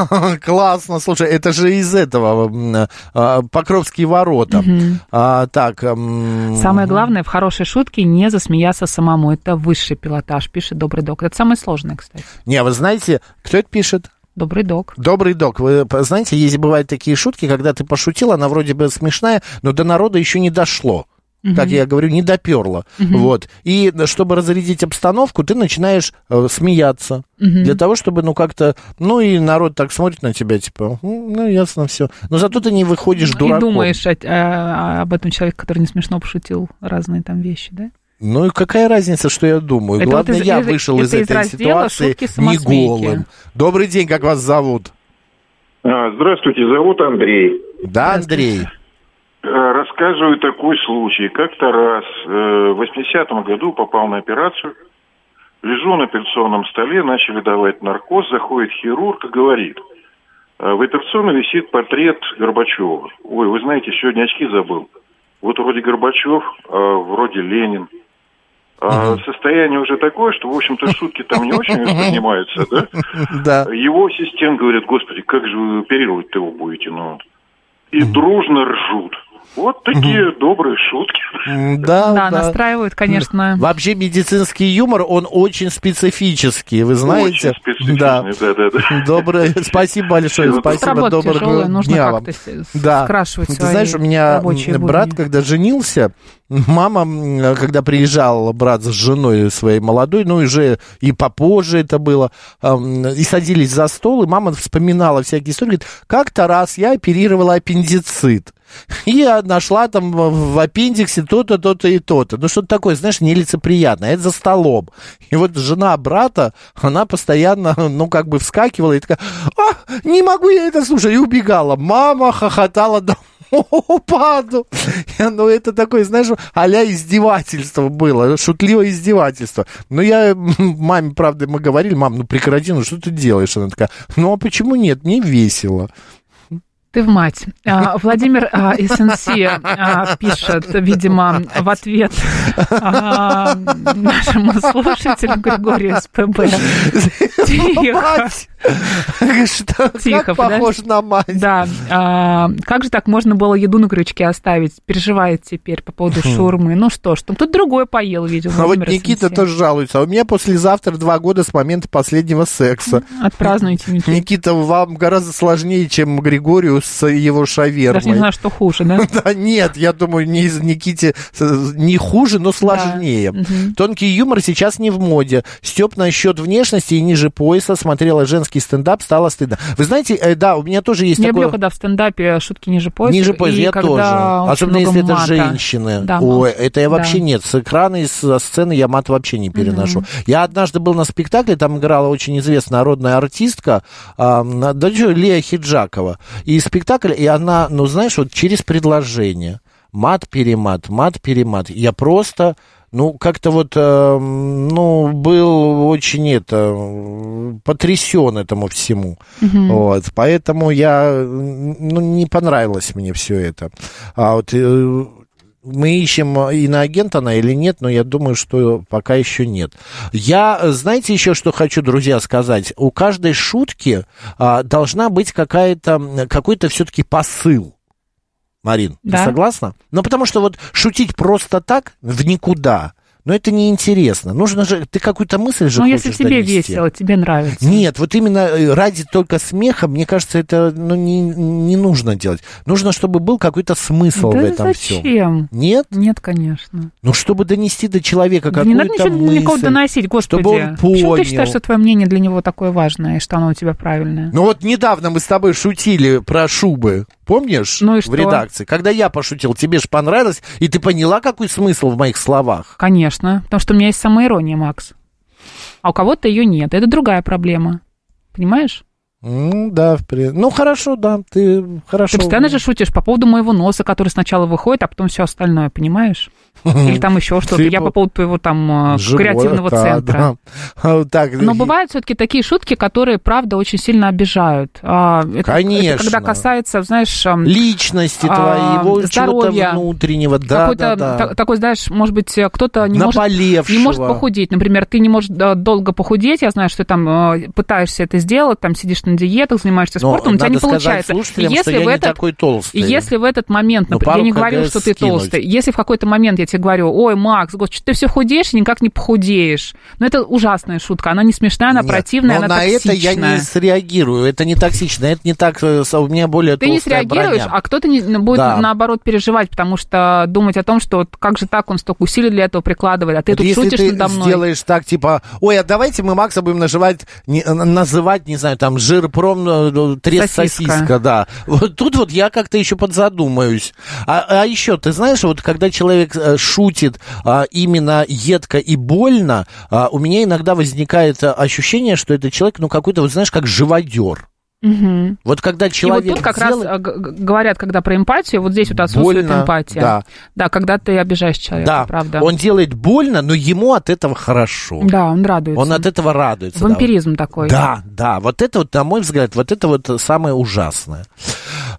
[SPEAKER 1] <laughs> Классно, слушай, это же из этого м, а, Покровские ворота. А, так. эм, м,
[SPEAKER 2] Самое главное в хорошей шутке не засмеяться самому. Это высший пилотаж, пишет добрый док. Это самое сложное, кстати.
[SPEAKER 1] Не, а вы знаете, кто это пишет?
[SPEAKER 2] Добрый док.
[SPEAKER 1] Добрый док, вы п- знаете, есть бывают такие шутки, когда ты пошутил, она вроде бы смешная, но до народа еще не дошло. Как я говорю, не доперло. Вот. И э, чтобы разрядить обстановку, ты начинаешь э, смеяться. Для того, чтобы, ну, как-то... Ну, и народ так смотрит на тебя, типа, «М, ну, ясно, все. Но зато ты не выходишь дураком.
[SPEAKER 2] Ну, И думаешь о- э, об этом человеке, который не смешно пошутил разные там вещи, да?
[SPEAKER 1] Ну и какая разница, что я думаю?
[SPEAKER 2] Это
[SPEAKER 1] Главное,
[SPEAKER 2] вот из-
[SPEAKER 1] я
[SPEAKER 2] из-
[SPEAKER 1] вышел
[SPEAKER 2] это
[SPEAKER 1] из
[SPEAKER 2] из
[SPEAKER 1] этой
[SPEAKER 2] раздела
[SPEAKER 1] ситуации
[SPEAKER 2] «Шутки
[SPEAKER 1] не
[SPEAKER 2] самосмейки».
[SPEAKER 1] голым. Добрый день, как вас зовут?
[SPEAKER 9] А, Здравствуйте, зовут Андрей.
[SPEAKER 1] Да, Андрей? <laughs>
[SPEAKER 9] Э, Раск... рассказываю такой случай. Как-то раз э, в 80-м году попал на операцию. Лежу на операционном столе, начали давать наркоз, заходит хирург и говорит. э, В операционной висит портрет Горбачева. Ой, вы знаете, сегодня очки забыл. Вот вроде Горбачев, а вроде Ленин. А состояние уже такое, что, в общем-то, шутки там не очень воспринимаются, да?
[SPEAKER 1] Да.
[SPEAKER 9] Его ассистент говорит, господи, как же вы оперировать-то его будете, ну. И дружно ржут. Вот такие добрые шутки.
[SPEAKER 1] Ну Да,
[SPEAKER 2] Да, настраивают, конечно.
[SPEAKER 1] Вообще медицинский юмор, он очень специфический, вы знаете.
[SPEAKER 9] Очень
[SPEAKER 6] <laughs>
[SPEAKER 9] специфичные, да, да, да.
[SPEAKER 1] Доброе, спасибо большое, спасибо,
[SPEAKER 2] Работа
[SPEAKER 1] доброго
[SPEAKER 2] тяжелая, нужно
[SPEAKER 1] дня вам.
[SPEAKER 2] как-то с-
[SPEAKER 1] Да.
[SPEAKER 2] скрашивать
[SPEAKER 1] Ты
[SPEAKER 2] свои
[SPEAKER 1] знаешь, у меня
[SPEAKER 2] рабочие будни.
[SPEAKER 1] брат, когда женился, мама, м, когда приезжал брат с женой своей молодой, ну, уже и попозже это было, эм, и садились за стол, и мама вспоминала всякие истории, говорит, как-то раз я оперировала аппендицит. И я нашла там в в аппендиксе то-то, то-то и то-то. Ну, что-то такое, знаешь, нелицеприятное. Это за столом. И вот жена брата, она постоянно, ну, как бы вскакивала и такая, а, не могу я это слушать, и убегала. Мама хохотала до упаду. Я, Ну, это такое, знаешь, а-ля издевательство было, шутливое издевательство. Ну, я м, маме, правда, мы говорили, мам, ну, прекрати, ну, что ты делаешь? Она такая, ну, а почему нет? Мне весело.
[SPEAKER 2] Ты в мать. А, Владимир а, из СНС а, пишет, видимо, в ответ а, нашему слушателю Григорию СПБ. Тихо. Тихо,
[SPEAKER 1] как похож
[SPEAKER 2] подожди.
[SPEAKER 1] на мать.
[SPEAKER 2] Да. А, как же так можно было еду на крючке оставить? Переживает теперь по поводу
[SPEAKER 1] Хм.
[SPEAKER 2] шурмы. Ну что ж, там тут другое поел, видимо.
[SPEAKER 1] А вот
[SPEAKER 2] Владимир из
[SPEAKER 1] Никита
[SPEAKER 2] СНС.
[SPEAKER 1] тоже жалуется. А у меня послезавтра два года с момента последнего секса.
[SPEAKER 2] Отпразднуйте, Никита.
[SPEAKER 1] Никита, вам гораздо сложнее, чем Григорию с его шавермой.
[SPEAKER 2] Даже не знаю, что хуже, да?
[SPEAKER 1] Да нет, я думаю, не из Никите э, не хуже, но сложнее.
[SPEAKER 2] Мгм.
[SPEAKER 1] Тонкий юмор сейчас не в моде. Степ насчет внешности и ниже пояса смотрела женский стендап, стало стыдно. Вы знаете, э, да, у меня тоже есть
[SPEAKER 2] Я
[SPEAKER 1] такое...
[SPEAKER 2] люблю, когда в стендапе шутки ниже пояса.
[SPEAKER 1] Ниже пояса,
[SPEAKER 2] и
[SPEAKER 1] я
[SPEAKER 2] когда
[SPEAKER 1] тоже.
[SPEAKER 2] очень
[SPEAKER 1] Особенно если
[SPEAKER 2] много
[SPEAKER 1] это
[SPEAKER 2] мата.
[SPEAKER 1] женщины.
[SPEAKER 2] Да,
[SPEAKER 1] Ой,
[SPEAKER 2] мат.
[SPEAKER 1] это я вообще
[SPEAKER 2] Да. Ну,
[SPEAKER 1] нет. С экрана и со сцены я мат вообще не переношу. Я однажды был на спектакле, там играла очень известная народная артистка, а, на- да чё, Лея Хиджакова. И спектакль, и она, ну знаешь, вот через предложение. Мат-перемат, мат-перемат. Я просто... Ну, как-то вот, э, ну, был очень это, потрясен этому всему.
[SPEAKER 10] Мгм.
[SPEAKER 1] Вот, поэтому я, м, ну, не понравилось мне все это. А вот э, мы ищем а, иноагент она или нет, но я думаю, что пока еще нет. Я, э, знаете, еще что хочу, друзья, сказать. У каждой шутки а, должна быть какая-то, м, какой-то все-таки посыл. Марин,
[SPEAKER 10] Да.
[SPEAKER 1] ты согласна? Ну, потому что вот шутить просто так в никуда, ну, это неинтересно. Нужно же, ты какую-то мысль же
[SPEAKER 2] Ну, если
[SPEAKER 1] хочешь
[SPEAKER 2] тебе
[SPEAKER 1] донести.
[SPEAKER 2] весело, тебе нравится.
[SPEAKER 1] Нет, вот именно э, ради только смеха, мне кажется, это ну, не, не нужно делать. Нужно, чтобы был какой-то смысл
[SPEAKER 2] да
[SPEAKER 1] в этом
[SPEAKER 2] зачем?
[SPEAKER 1] всем. Нет?
[SPEAKER 2] Нет, конечно.
[SPEAKER 1] Ну, чтобы донести до человека
[SPEAKER 2] Да Не надо
[SPEAKER 1] какую-то
[SPEAKER 2] ничего
[SPEAKER 1] мысль.
[SPEAKER 2] никого доносить, господи.
[SPEAKER 1] Чтобы он
[SPEAKER 2] Почему ты
[SPEAKER 1] понял.
[SPEAKER 2] считаешь, что твое мнение для него такое важное, и что оно у тебя правильное?
[SPEAKER 1] Ну вот недавно мы с тобой шутили про шубы, помнишь?
[SPEAKER 2] Ну и что?
[SPEAKER 1] В редакции. Когда я пошутил, тебе же понравилось, и ты поняла, какой смысл в моих словах.
[SPEAKER 2] Конечно, потому что у меня есть самоирония, Макс. А у кого-то ее нет. Это другая проблема. Понимаешь?
[SPEAKER 1] Ну да, в при- ну хорошо, да, ты хорошо.
[SPEAKER 2] Ты постоянно же шутишь по поводу моего носа, который сначала выходит, а потом все остальное, понимаешь?
[SPEAKER 1] <laughs>
[SPEAKER 2] Или там еще что-то. Я
[SPEAKER 1] Типа
[SPEAKER 2] по поводу твоего там э,
[SPEAKER 1] Живот,
[SPEAKER 2] креативного
[SPEAKER 1] да,
[SPEAKER 2] центра.
[SPEAKER 1] да. А, Так,
[SPEAKER 2] Но бывают все-таки такие шутки, которые, правда, очень сильно обижают. А, это- это
[SPEAKER 1] Конечно.
[SPEAKER 2] когда касается, знаешь... эм,
[SPEAKER 1] личности
[SPEAKER 2] а,
[SPEAKER 1] твоей, его чего-то
[SPEAKER 2] здоровья.
[SPEAKER 1] внутреннего, да, да,
[SPEAKER 2] какой-то
[SPEAKER 1] да.
[SPEAKER 2] та- такой, знаешь, может быть, э, кто-то не может,
[SPEAKER 1] Наболевшего.
[SPEAKER 2] не может похудеть. Например, ты не можешь да, долго похудеть. Я знаю, что ты там э, пытаешься это сделать, там сидишь на диетах, занимаешься
[SPEAKER 1] Но
[SPEAKER 2] спортом, у тебя
[SPEAKER 1] надо
[SPEAKER 2] не
[SPEAKER 1] сказать
[SPEAKER 2] получается. И
[SPEAKER 1] слушателям, что я
[SPEAKER 2] в
[SPEAKER 1] не
[SPEAKER 2] этот-
[SPEAKER 1] такой толстый.
[SPEAKER 2] и если в этот момент,
[SPEAKER 1] Ну,
[SPEAKER 2] например, я
[SPEAKER 1] пару
[SPEAKER 2] не говорю,
[SPEAKER 1] кг
[SPEAKER 2] что ты
[SPEAKER 1] скинуть.
[SPEAKER 2] толстый, если в какой-то момент я тебе говорю, ой, Макс, господи, что ты все худеешь и никак не похудеешь. Но это ужасная шутка, она не смешная, она
[SPEAKER 1] Нет,
[SPEAKER 2] противная,
[SPEAKER 1] но
[SPEAKER 2] она
[SPEAKER 1] на это я
[SPEAKER 2] токсичная.
[SPEAKER 1] не среагирую. Это не токсично, это не так. э, со- У меня более
[SPEAKER 2] Ты не
[SPEAKER 1] толстая
[SPEAKER 2] среагируешь,
[SPEAKER 1] броня.
[SPEAKER 2] а кто-то не- будет
[SPEAKER 1] Да.
[SPEAKER 2] наоборот переживать, потому что думать о том, что вот как же так он столько усилий для этого прикладывает, а ты
[SPEAKER 1] Вот
[SPEAKER 2] тут
[SPEAKER 1] если
[SPEAKER 2] шутишь
[SPEAKER 1] ты
[SPEAKER 2] надо мной.
[SPEAKER 1] сделаешь так, типа, ой, а давайте мы Макса будем наживать, не- н- называть, не знаю, там, жирпром, э, э, трест
[SPEAKER 2] Сосиска.
[SPEAKER 1] сосиска. да. Вот тут вот я как-то еще подзадумаюсь. А, а еще, ты знаешь, вот когда человек э, шутит а, именно едко и больно, а, у меня иногда возникает э, ощущение, что этот человек, ну, какой-то, вот знаешь, как живодер.
[SPEAKER 2] Мгм.
[SPEAKER 1] Вот когда человек
[SPEAKER 2] И вот тут как
[SPEAKER 1] делает-
[SPEAKER 2] раз э, г- г- говорят, когда про эмпатию, вот здесь вот отсутствует
[SPEAKER 1] Больно,
[SPEAKER 2] эмпатия.
[SPEAKER 1] да.
[SPEAKER 2] да, когда ты обижаешь человека,
[SPEAKER 1] Да,
[SPEAKER 2] правда.
[SPEAKER 1] он делает больно, но ему от этого хорошо.
[SPEAKER 2] Да, он радуется.
[SPEAKER 1] Он от этого радуется. да.
[SPEAKER 2] Вампиризм такой.
[SPEAKER 1] Да, да. Вот это вот, на мой взгляд, вот это вот самое ужасное.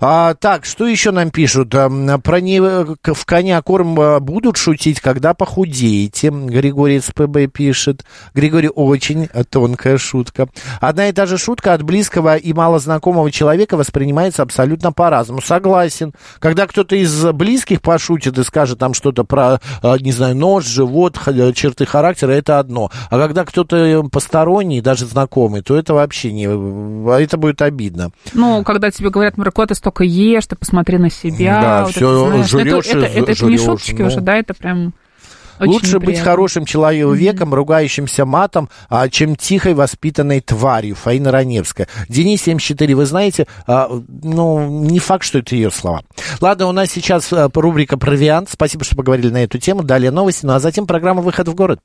[SPEAKER 1] А, так, что еще нам пишут? Ам, Про не к- в коня корм а, будут шутить, когда похудеете. Григорий СПБ пишет. Григорий, очень тонкая шутка. Одна и та же шутка от близкого и малознакомого человека воспринимается абсолютно по-разному. Согласен. Когда кто-то из близких пошутит и скажет там что-то про, а, не знаю, нож, живот, х- э, черты характера, это одно. А когда кто-то э, посторонний, даже знакомый, то это вообще не... а Это будет обидно.
[SPEAKER 2] Ну, когда тебе говорят, Марко, ты столько ешь, ты посмотри на себя.
[SPEAKER 1] Да,
[SPEAKER 2] вот
[SPEAKER 1] всё
[SPEAKER 2] это, знаешь,
[SPEAKER 1] жрёшь
[SPEAKER 2] это,
[SPEAKER 1] и
[SPEAKER 2] это- это не
[SPEAKER 1] жрёшь,
[SPEAKER 2] шуточки
[SPEAKER 1] ну.
[SPEAKER 2] уже, да, это прям очень
[SPEAKER 1] Лучше быть
[SPEAKER 2] неприятно.
[SPEAKER 1] хорошим человеком, ругающимся матом, а, чем тихой воспитанной тварью. Фаина Раневская. Денис 74, вы знаете, а, ну, не факт, что это ее слова. Ладно, э, у нас сейчас а, рубрика «Провиант». Спасибо, что поговорили на эту тему. Далее новости, ну а затем программа «Выход в город».